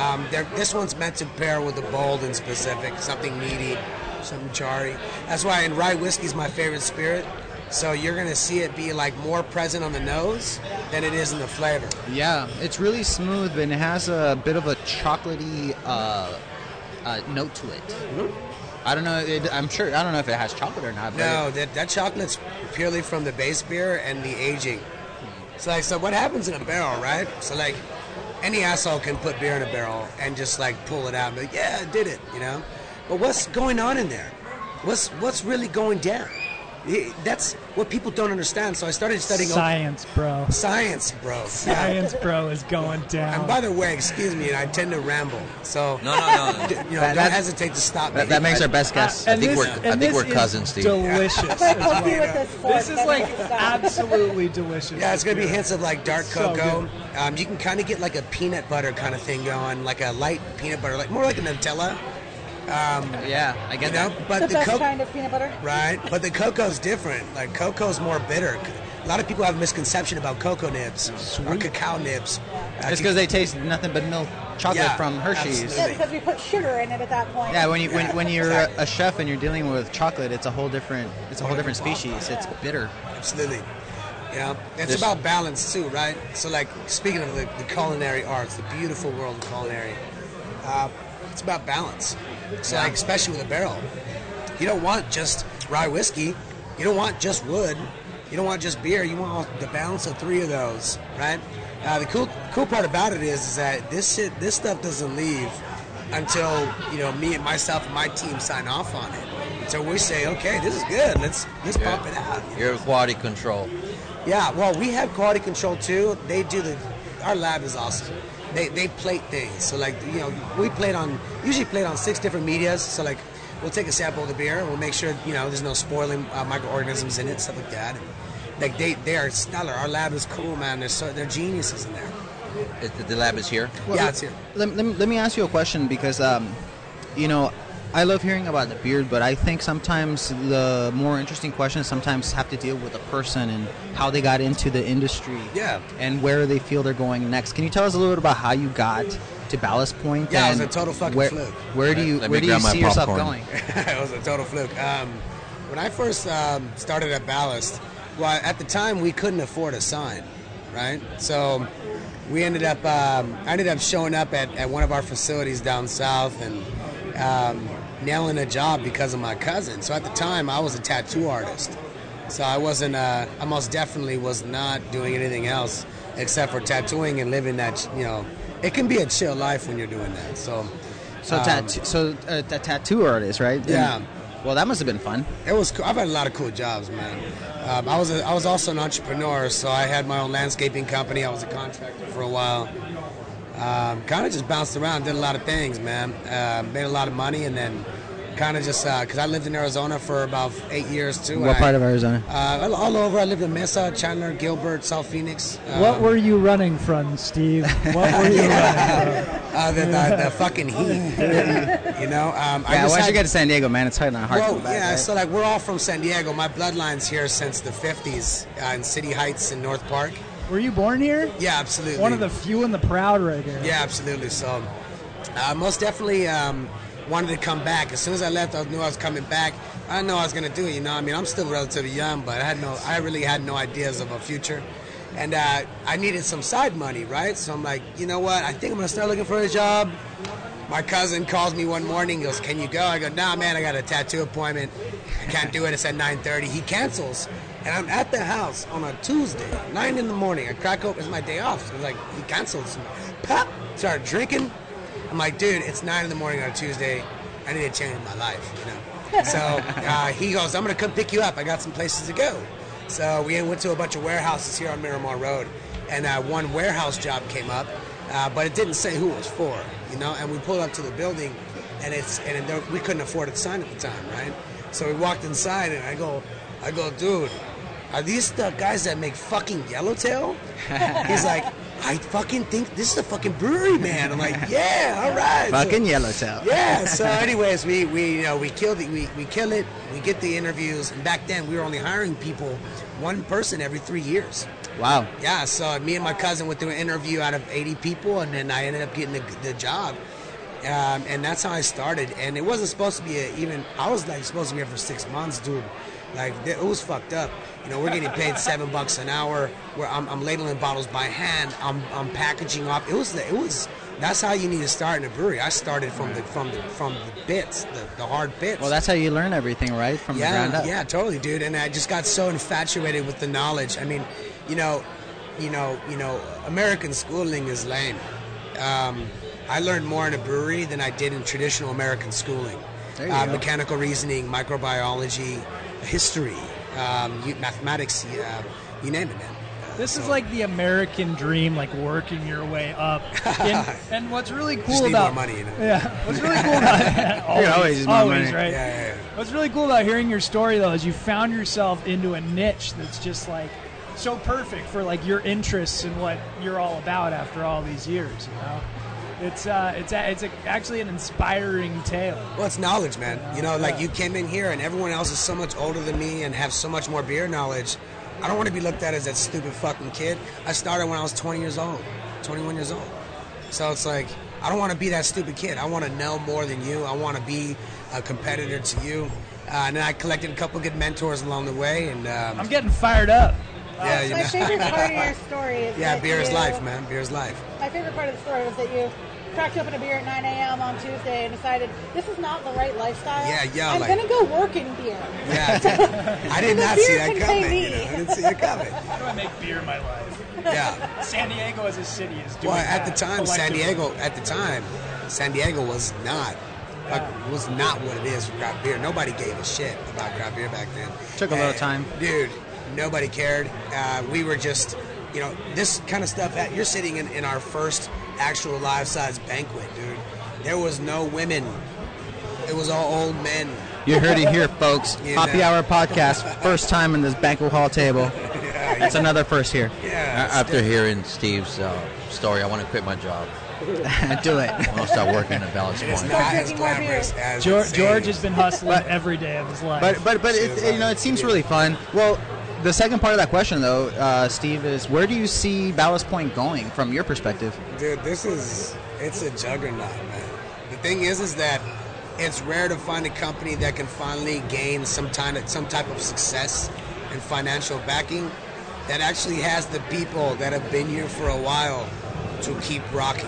Speaker 5: Um, they're- this one's meant to pair with the bold and specific, something meaty, something charry. That's why in rye whiskey is my favorite spirit. So you're gonna see it be like more present on the nose than it is in the flavor.
Speaker 1: Yeah, it's really smooth and it has a bit of a chocolatey uh, uh, note to it. I don't know. It, I'm sure. I don't know if it has chocolate or not. But
Speaker 5: Mm-hmm. No, that, that chocolate's purely from the base beer and the aging. So like, so what happens in a barrel, right? So like, any asshole can put beer in a barrel and just like pull it out and be like, yeah, I did it, you know. But what's going on in there? What's what's really going down? Eh, That's what people don't understand. So I started studying oak-
Speaker 3: Science, bro.
Speaker 5: science, bro.
Speaker 3: Science, bro, is going
Speaker 5: And
Speaker 3: down.
Speaker 5: by the way, excuse me, I tend to ramble, so
Speaker 2: No, no, no.
Speaker 5: you know,
Speaker 1: That-
Speaker 5: don't
Speaker 1: that-
Speaker 5: hesitate to stop me.
Speaker 1: that, that makes our best
Speaker 3: Uh,
Speaker 1: guess.
Speaker 2: I
Speaker 3: and
Speaker 2: think
Speaker 3: this-
Speaker 2: we're- I
Speaker 3: and
Speaker 2: think
Speaker 3: this
Speaker 2: we're
Speaker 3: is
Speaker 2: cousins, Steve.
Speaker 3: Delicious.
Speaker 4: I
Speaker 3: as
Speaker 4: poke you
Speaker 3: well.
Speaker 4: with this fork.
Speaker 3: This is
Speaker 4: that
Speaker 3: like
Speaker 4: makes it stop.
Speaker 3: absolutely delicious.
Speaker 5: Yeah, it's gonna be hints of like dark
Speaker 3: So
Speaker 5: cocoa. um, you can kind of get like a peanut butter kind of thing going, like a light peanut butter, like more like a Nutella,
Speaker 1: yeah, I
Speaker 5: you
Speaker 1: get
Speaker 5: know.
Speaker 1: that.
Speaker 5: But
Speaker 4: the,
Speaker 5: the
Speaker 4: best
Speaker 5: cocoa,
Speaker 4: kind of peanut butter.
Speaker 5: right? But the cocoa's different. Like cocoa's more bitter. A lot of people have a misconception about cocoa nibs or cacao nibs. Uh,
Speaker 1: It's because they taste nothing but milk chocolate
Speaker 5: Yeah,
Speaker 1: from Hershey's.
Speaker 5: absolutely.
Speaker 4: Yeah, because we put sugar in it at that point.
Speaker 1: Yeah, when you when, when you're
Speaker 5: exactly.
Speaker 1: a chef and you're dealing with chocolate, it's a whole different it's a whole different species. It's bitter.
Speaker 5: Absolutely. You know, it's
Speaker 1: This-
Speaker 5: about balance too, right? So, like, speaking of the, the culinary arts, the beautiful world of culinary, uh, it's about balance. So, like, especially with a barrel, you don't want just rye whiskey, you don't want just wood, you don't want just beer. You want all, the balance of three of those, right? Uh, the cool cool part about it is, is that this shit, this stuff doesn't leave until you know me and myself and my team sign off on it. So we say, okay, this is good. Let's let's pump it out. you know?
Speaker 2: Your quality control.
Speaker 5: Yeah, well, we have quality control too. They do the. Our lab is awesome. They they plate things. So like you know, we plate on usually plate on six different medias. So like, we'll take a sample of the beer. and We'll make sure you know there's no spoiling uh, microorganisms in it, stuff like that. And, like they they are stellar. Our lab is cool, man. They're so they're geniuses in there.
Speaker 2: It, the- the lab is here.
Speaker 5: yeah, it's here.
Speaker 1: Let, let, me- let me ask you a question because, um, you know, I love hearing about the beard, but I think sometimes the more interesting questions sometimes have to deal with the person and how they got into the industry.
Speaker 5: Yeah.
Speaker 1: And where they feel they're going next. Can you tell us a little bit about how you got to Ballast Point?
Speaker 5: Yeah, it was
Speaker 1: and
Speaker 5: a total fucking
Speaker 1: where,
Speaker 5: fluke.
Speaker 1: Where do
Speaker 2: Let-
Speaker 1: you
Speaker 2: let me
Speaker 1: where do you
Speaker 2: grab my
Speaker 1: see yourself
Speaker 2: popcorn.
Speaker 1: going?
Speaker 5: it was a total fluke. Um, when I first um, started at Ballast, well, at the time we couldn't afford a sign, right? So we ended up, um, I ended up showing up at, at one of our facilities down south and um, nailing a job because of my cousin. So at the time, I was a tattoo artist. So I wasn't, uh, I most definitely was not doing anything else except for tattooing and living that, you know, it can be a chill life when you're doing that. So,
Speaker 1: So,
Speaker 5: um,
Speaker 1: tattoo, so uh, a tattoo artist, right? And-
Speaker 5: Yeah.
Speaker 1: well, that must have been fun.
Speaker 5: It was. Cool. I've had a lot of cool jobs, man. Um, I was a, I was also an entrepreneur, so I had my own landscaping company. I was a contractor for a while. Um, kind of just bounced around, did a lot of things, man. Uh, made a lot of money, and then kind of just because I lived in Arizona for about eight years too.
Speaker 1: What
Speaker 5: and I-
Speaker 1: part of Arizona?
Speaker 5: Uh, all- all over. I lived in Mesa, Chandler, Gilbert, South Phoenix. Um,
Speaker 3: What were you running from, Steve? What were you running from?
Speaker 5: uh, the, the, the fucking heat? you know. Um, I
Speaker 1: Yeah,
Speaker 5: just
Speaker 1: once
Speaker 5: had-
Speaker 1: you get to San Diego, man, it's hard not hard. to
Speaker 5: Well,
Speaker 1: go back,
Speaker 5: yeah,
Speaker 1: right?
Speaker 5: so like we're all from San Diego. My bloodline's here since the 50s uh, in City Heights in North Park.
Speaker 3: Were you born here?
Speaker 5: Yeah, absolutely.
Speaker 3: One of the few and the proud right here.
Speaker 5: Yeah, absolutely. So, uh, most definitely um, wanted to come back. As soon as I left, I knew I was coming back. I didn't know I was going to do it. You know, I mean, I'm still relatively young, but I had no, I really had no ideas of a future. And uh, I needed some side money, right? So I'm like, you know what? I think I'm going to start looking for a job. My cousin calls me one morning. Goes, can you go? I go, nah, man. I got a tattoo appointment. I can't do it. It's at 9:30. He cancels, and I'm at the house on a Tuesday, nine in the morning. I crack open. It's my day off. So like he cancels. Pop. Start drinking. I'm like, dude, it's nine in the morning on a Tuesday. I need to change my life, you know. So uh, he goes, I'm gonna come pick you up. I got some places to go. So we went to a bunch of warehouses here on Miramar Road, and uh, one warehouse job came up, uh, but it didn't say who it was for, you know. And we pulled up to the building, and it's and there, we couldn't afford a sign at the time, right? So we walked inside, and I go, I go, dude, are these the guys that make fucking yellowtail? He's like, I fucking think this is a fucking brewery, man. I'm like, yeah, all right.
Speaker 1: Fucking Yellowtail.
Speaker 5: Yeah. So, anyways, we we you know we killed it. We we kill it. We get the interviews. And back then, we were only hiring people one person every three years.
Speaker 1: Wow.
Speaker 5: Yeah. So me and my cousin went through an interview out of 80 people, and then I ended up getting the, the job. Um, and that's how I started. And it wasn't supposed to be a, even. I was like supposed to be here for six months, dude. Like th- it was fucked up. You know, we're getting paid seven bucks an hour. Where I'm, I'm ladling bottles by hand. I'm, I'm packaging up. It was the, it was. That's how you need to start in a brewery. I started from the from the from the bits, the, the hard bits.
Speaker 1: Well, that's how you learn everything, right? From the ground
Speaker 5: yeah,
Speaker 1: up.
Speaker 5: yeah, totally, dude. And I just got so infatuated with the knowledge. I mean, you know, you know, you know, American schooling is lame. Um, I learned more in a brewery than I did in traditional American schooling.
Speaker 1: There you
Speaker 5: uh,
Speaker 1: go.
Speaker 5: Mechanical reasoning, microbiology, history, um, you- mathematics, uh, you name it, man. Uh,
Speaker 3: This is
Speaker 5: so-
Speaker 3: like the American dream, like working your way up. And, and what's really cool
Speaker 5: need more
Speaker 3: about
Speaker 5: money, you know.
Speaker 3: yeah, what's really cool about always,
Speaker 1: always more
Speaker 3: always,
Speaker 1: money.
Speaker 3: right?
Speaker 5: Yeah, yeah, yeah.
Speaker 3: What's really cool about hearing your story though is you found yourself into a niche that's just like so perfect for like your interests and what you're all about after all these years. You know, it's uh, it's a, it's a, actually an inspiring tale.
Speaker 5: Well, it's knowledge, man. You know, like
Speaker 3: Yeah.
Speaker 5: you came in here and everyone else is so much older than me and have so much more beer knowledge. I don't want to be looked at as that stupid fucking kid. I started when I was 20 years old, 21 years old. So it's like, I don't want to be that stupid kid. I want to know more than you. I want to be a competitor to you. Uh, and then I collected a couple good mentors along the way. And um,
Speaker 3: I'm getting fired up.
Speaker 5: yeah, you
Speaker 4: My
Speaker 5: know,
Speaker 4: favorite part of your story is
Speaker 5: yeah,
Speaker 4: that
Speaker 5: beer is
Speaker 4: you-
Speaker 5: life, man. Beer is life.
Speaker 4: My favorite part of the story was that you cracked open a beer at 9 a.m. on Tuesday and decided this is not the right lifestyle.
Speaker 5: Yeah, yeah,
Speaker 4: I'm
Speaker 5: like-
Speaker 4: gonna go work in beer.
Speaker 5: Yeah, I did not see
Speaker 4: beer can
Speaker 5: that
Speaker 4: pay
Speaker 5: coming.
Speaker 4: me.
Speaker 5: You know? I didn't see it coming.
Speaker 3: How do I make beer in my life?
Speaker 5: Yeah.
Speaker 3: San Diego as a city is doing
Speaker 5: Well, at the
Speaker 3: that
Speaker 5: time, San
Speaker 3: collectively.
Speaker 5: Diego. At the time, San Diego was not like, was not what it is for craft beer. Nobody gave a shit about craft beer back then.
Speaker 1: Took a little
Speaker 5: And,
Speaker 1: time.
Speaker 5: dude. Nobody cared. Uh, we were just, you know, this kind of stuff. that- You're sitting in, in our first actual live size banquet, dude. There was no women. It was all old men.
Speaker 1: You heard it here, folks.
Speaker 5: You
Speaker 1: Happy
Speaker 5: know.
Speaker 1: Hour Podcast, first time in this banquet hall table. That's another first here.
Speaker 5: Yeah.
Speaker 2: A- After hearing Steve's uh, story, I want to quit my job.
Speaker 1: Do it.
Speaker 2: I want to start working at Ballast
Speaker 5: It is
Speaker 2: Point.
Speaker 5: not as
Speaker 4: drinking more beer.
Speaker 5: glamorous as it
Speaker 3: George, George
Speaker 5: seems.
Speaker 3: has been hustling every day of his life.
Speaker 1: But but but
Speaker 5: Cheers,
Speaker 1: it, you know, it seems really fun. Well, the second part of that question, though, uh, Steve, is where do you see Ballast Point going from your perspective?
Speaker 5: Dude, this is it's a juggernaut, man. The thing is, is that it's rare to find a company that can finally gain some kind of some type of success and financial backing that actually has the people that have been here for a while to keep rocking.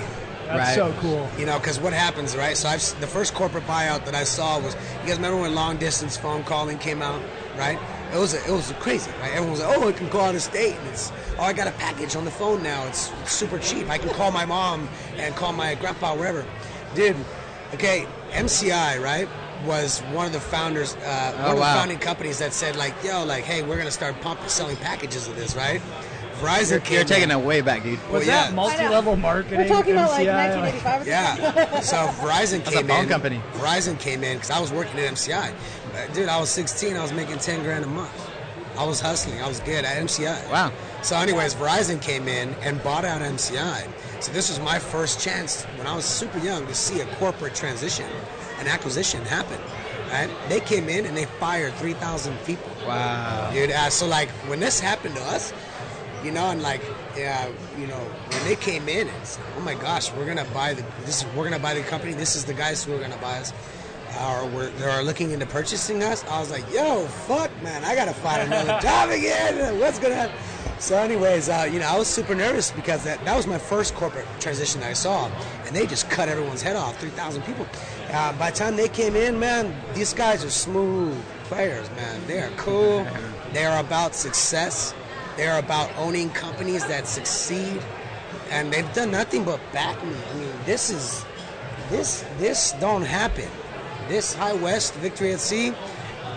Speaker 1: Right.
Speaker 3: That's so cool.
Speaker 5: You know, because what happens, right? So I've s- the first corporate buyout that I saw was you guys remember when long distance phone calling came out, right? It was it was crazy, right? Everyone was like, oh, I can call out of state, and it's oh, I got a package on the phone now. It's, it's super cheap. I can call my mom and call my grandpa wherever, dude. Okay, MCI, right? Was one of the founders, uh, one
Speaker 1: Oh,
Speaker 5: of the
Speaker 1: wow.
Speaker 5: founding companies that said like, yo, like, hey, we're gonna start pumping selling packages of this, right? Verizon,
Speaker 1: You're,
Speaker 5: came
Speaker 1: you're
Speaker 5: in.
Speaker 1: taking it way back, dude.
Speaker 3: Was
Speaker 5: Well, yeah.
Speaker 3: that multi-level marketing?
Speaker 4: We're talking about like
Speaker 3: MCI,
Speaker 4: 1985. at this point.
Speaker 5: Yeah. So Verizon
Speaker 1: a
Speaker 5: came
Speaker 1: phone
Speaker 5: in.
Speaker 1: company.
Speaker 5: Verizon came in because I was working at MCI. Uh, Dude, I was 16. I was making 10 grand a month. I was hustling. I was good at MCI.
Speaker 1: Wow.
Speaker 5: So, anyways, Verizon came in and bought out MCI. So this was my first chance when I was super young to see a corporate transition, an acquisition happen. Right? They came in and they fired 3,000 people.
Speaker 1: Wow.
Speaker 5: Dude, uh, so like when this happened to us, you know, and like, yeah, you know, when they came in, it's oh my gosh, we're gonna buy the this, we're gonna buy the company. This is the guys who are gonna buy us, uh, or we're, they are looking into purchasing us. I was like, yo, fuck, man, I gotta find another job again. What's gonna happen? So, anyways, uh, you know, I was super nervous because that, that was my first corporate transition that I saw, and they just cut everyone's head off, 3,000 people. Uh, by the time they came in, man, these guys are smooth players, man. They are cool. They are about success. They are about owning companies that succeed, and they've done nothing but back me. I mean, this is this this don't happen. This High West Victory at Sea,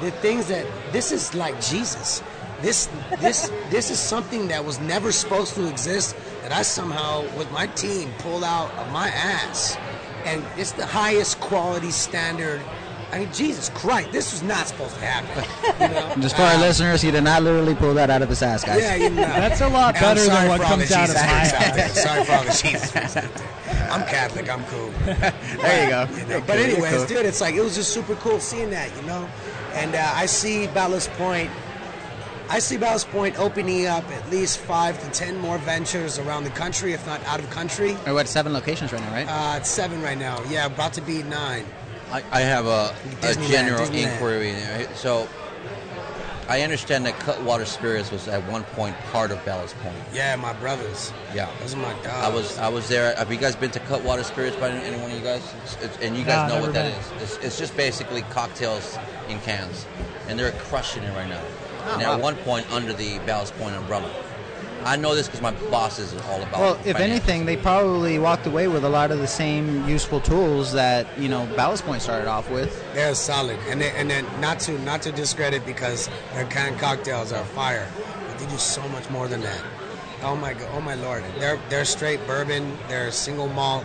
Speaker 5: the things that this is like Jesus. This this this is something that was never supposed to exist that I somehow with my team pulled out of my ass, and it's the highest quality standard I mean, Jesus Christ, this was not supposed to happen. Um,
Speaker 1: Just for our listeners, he did not literally pull that out of his ass, guys.
Speaker 5: yeah, you know.
Speaker 3: That's a lot
Speaker 5: And I'm
Speaker 3: better than
Speaker 5: sorry
Speaker 3: what
Speaker 5: for all the
Speaker 3: comes out of
Speaker 5: Jesus
Speaker 3: my
Speaker 5: freaks out
Speaker 3: ass.
Speaker 5: there. Sorry for all the Jesus freaks out there. I'm Catholic. I'm cool.
Speaker 1: There you go.
Speaker 5: You know,
Speaker 1: You're
Speaker 5: But
Speaker 1: cool, you're
Speaker 5: anyways,
Speaker 1: cool.
Speaker 5: dude, it's like it was just super cool seeing that, you know. And uh, I see Ballast Point. I see Ballast Point opening up at least five to ten more ventures around the country, if not out of country.
Speaker 1: We're at seven locations right now, right?
Speaker 5: Uh, it's seven right now. Yeah, about to be nine.
Speaker 2: I, I have a, a
Speaker 5: Disneyland,
Speaker 2: general
Speaker 5: Disneyland.
Speaker 2: inquiry. there. So, I understand that Cutwater Spirits was at one point part of Ballast Point.
Speaker 5: Yeah, my brothers.
Speaker 2: Yeah.
Speaker 5: those are my dogs.
Speaker 2: I was I was there. Have you guys been to Cutwater Spirits by any one of you guys? It's, it's, and you
Speaker 3: Nah,
Speaker 2: guys know
Speaker 3: never
Speaker 2: what that
Speaker 3: been.
Speaker 2: is. It's, it's just basically cocktails in cans, and they're crushing it right now. and
Speaker 1: wow.
Speaker 2: at one point under the Ballast Point umbrella. I know this because my bosses are all about.
Speaker 1: Well, if
Speaker 2: financials.
Speaker 1: anything, they probably walked away with a lot of the same useful tools that you know Ballast Point started off with.
Speaker 5: They're solid, and they, and then not to not to discredit because their canned cocktails are fire, but they do so much more than that. Oh my god, oh my lord, they're they're straight bourbon, they're single malt,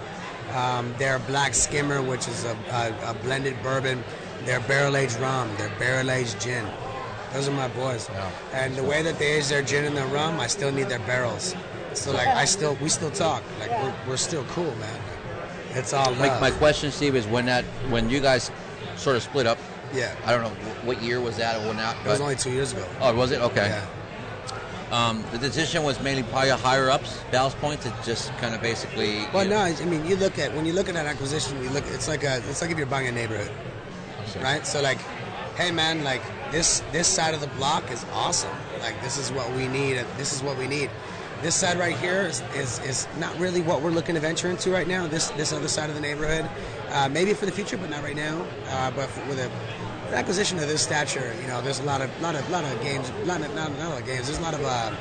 Speaker 5: um, they're black skimmer, which is a, a, a blended bourbon, they're barrel aged rum, they're barrel aged gin. Those are my boys, and the way that they age their gin and their rum, I still need their barrels. So like I still we still talk, like we're, we're still cool, man. It's all
Speaker 2: My,
Speaker 5: love.
Speaker 2: my question, Steve, is when that when you guys sort of split up.
Speaker 5: Yeah.
Speaker 2: I don't know wh- what year was that or when not.
Speaker 5: it was
Speaker 2: but-
Speaker 5: only two years ago.
Speaker 2: oh, was it okay?
Speaker 5: Yeah.
Speaker 2: Um, the decision was mainly by your higher ups, Ballast Point, to just kind of basically. you
Speaker 5: Well,
Speaker 2: know,
Speaker 5: no, I I mean, you look at when you look at an acquisition, you look. It's like a, it's like if you're buying a neighborhood, right? So like, hey man, like this this side of the block is awesome. Like this is what we need. and This is what we need. This side right here is, is, is not really what we're looking to venture into right now. This this other side of the neighborhood, uh, maybe for the future, but not right now. Uh, but for, with a an acquisition of this stature, you know, there's a lot of lot of lot of games, lot of, not, not a lot of games. There's a lot of uh,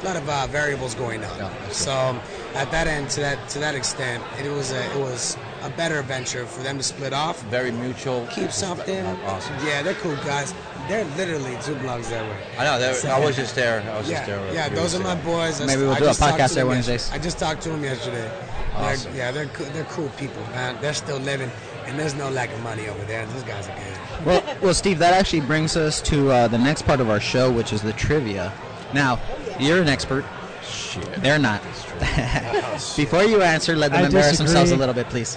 Speaker 5: a lot of uh, variables going on. So um, at that end, to that to that extent, it was a, it was a better venture for them to split off,
Speaker 2: Very mutual.
Speaker 5: keep something.
Speaker 2: Awesome.
Speaker 5: Yeah, they're cool guys. They're literally two blocks that way.
Speaker 2: I know. That,
Speaker 5: So-
Speaker 2: I was just there. I was
Speaker 5: yeah,
Speaker 2: just there. a
Speaker 5: yeah,
Speaker 2: few
Speaker 5: those are
Speaker 2: weeks
Speaker 5: my
Speaker 2: ago.
Speaker 5: boys. I
Speaker 1: Maybe
Speaker 5: s-
Speaker 1: we'll
Speaker 5: I
Speaker 1: do a
Speaker 5: just talked
Speaker 1: podcast
Speaker 5: to
Speaker 1: there
Speaker 5: them
Speaker 1: Wednesdays.
Speaker 5: yes- I just talked to them yesterday.
Speaker 2: Awesome.
Speaker 5: They're, yeah, they're cool, they're cool people, man. They're still living, and there's no lack of money over there. Those guys are good.
Speaker 1: Well, well, Steve, that actually brings us to uh, the next part of our show, which is the trivia. Now, you're an expert. Shit. They're not. Before you answer, let them
Speaker 3: I
Speaker 1: embarrass
Speaker 3: disagree.
Speaker 1: themselves a little bit, please.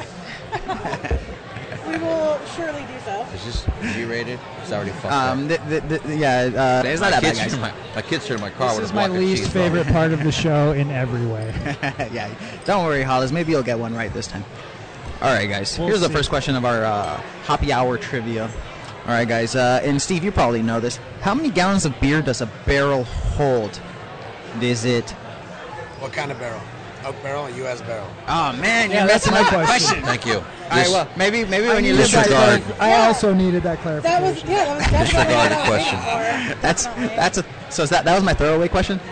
Speaker 4: We will surely do so.
Speaker 2: Is this G-rated? It's already fucked
Speaker 1: Um,
Speaker 2: up.
Speaker 1: th- th- th- yeah, uh, it's not
Speaker 2: my
Speaker 1: that bad,
Speaker 2: kids are in
Speaker 1: guys.
Speaker 2: my, my kids are in my car
Speaker 3: This
Speaker 2: with
Speaker 3: is
Speaker 2: a
Speaker 3: my
Speaker 2: block of
Speaker 3: least
Speaker 2: cheese, bro.
Speaker 3: favorite part of the show in every way.
Speaker 1: yeah, don't worry, Hollis. Maybe you'll get one right this time. All right, guys.
Speaker 3: We'll
Speaker 1: Here's the
Speaker 3: see.
Speaker 1: first question of our uh, happy hour trivia. All right, guys. Uh, and Steve, you probably know this. How many gallons of beer does a barrel hold? Is it?
Speaker 5: What kind of barrel? Oak barrel, or U.S. barrel.
Speaker 1: Oh man,
Speaker 3: Yeah, that's my question.
Speaker 2: Thank you.
Speaker 1: All right,
Speaker 2: Dis-
Speaker 1: well, maybe maybe when you
Speaker 3: needed
Speaker 1: listen
Speaker 3: that
Speaker 1: to
Speaker 2: Disregard.
Speaker 3: clarif- I also needed that
Speaker 4: That
Speaker 3: clarification.
Speaker 4: was yeah, that was definitely what
Speaker 2: Disregarded
Speaker 4: I was
Speaker 2: question.
Speaker 4: waiting for.
Speaker 1: that's
Speaker 4: Definitely.
Speaker 1: that's a so is that that was my throwaway question.
Speaker 3: is,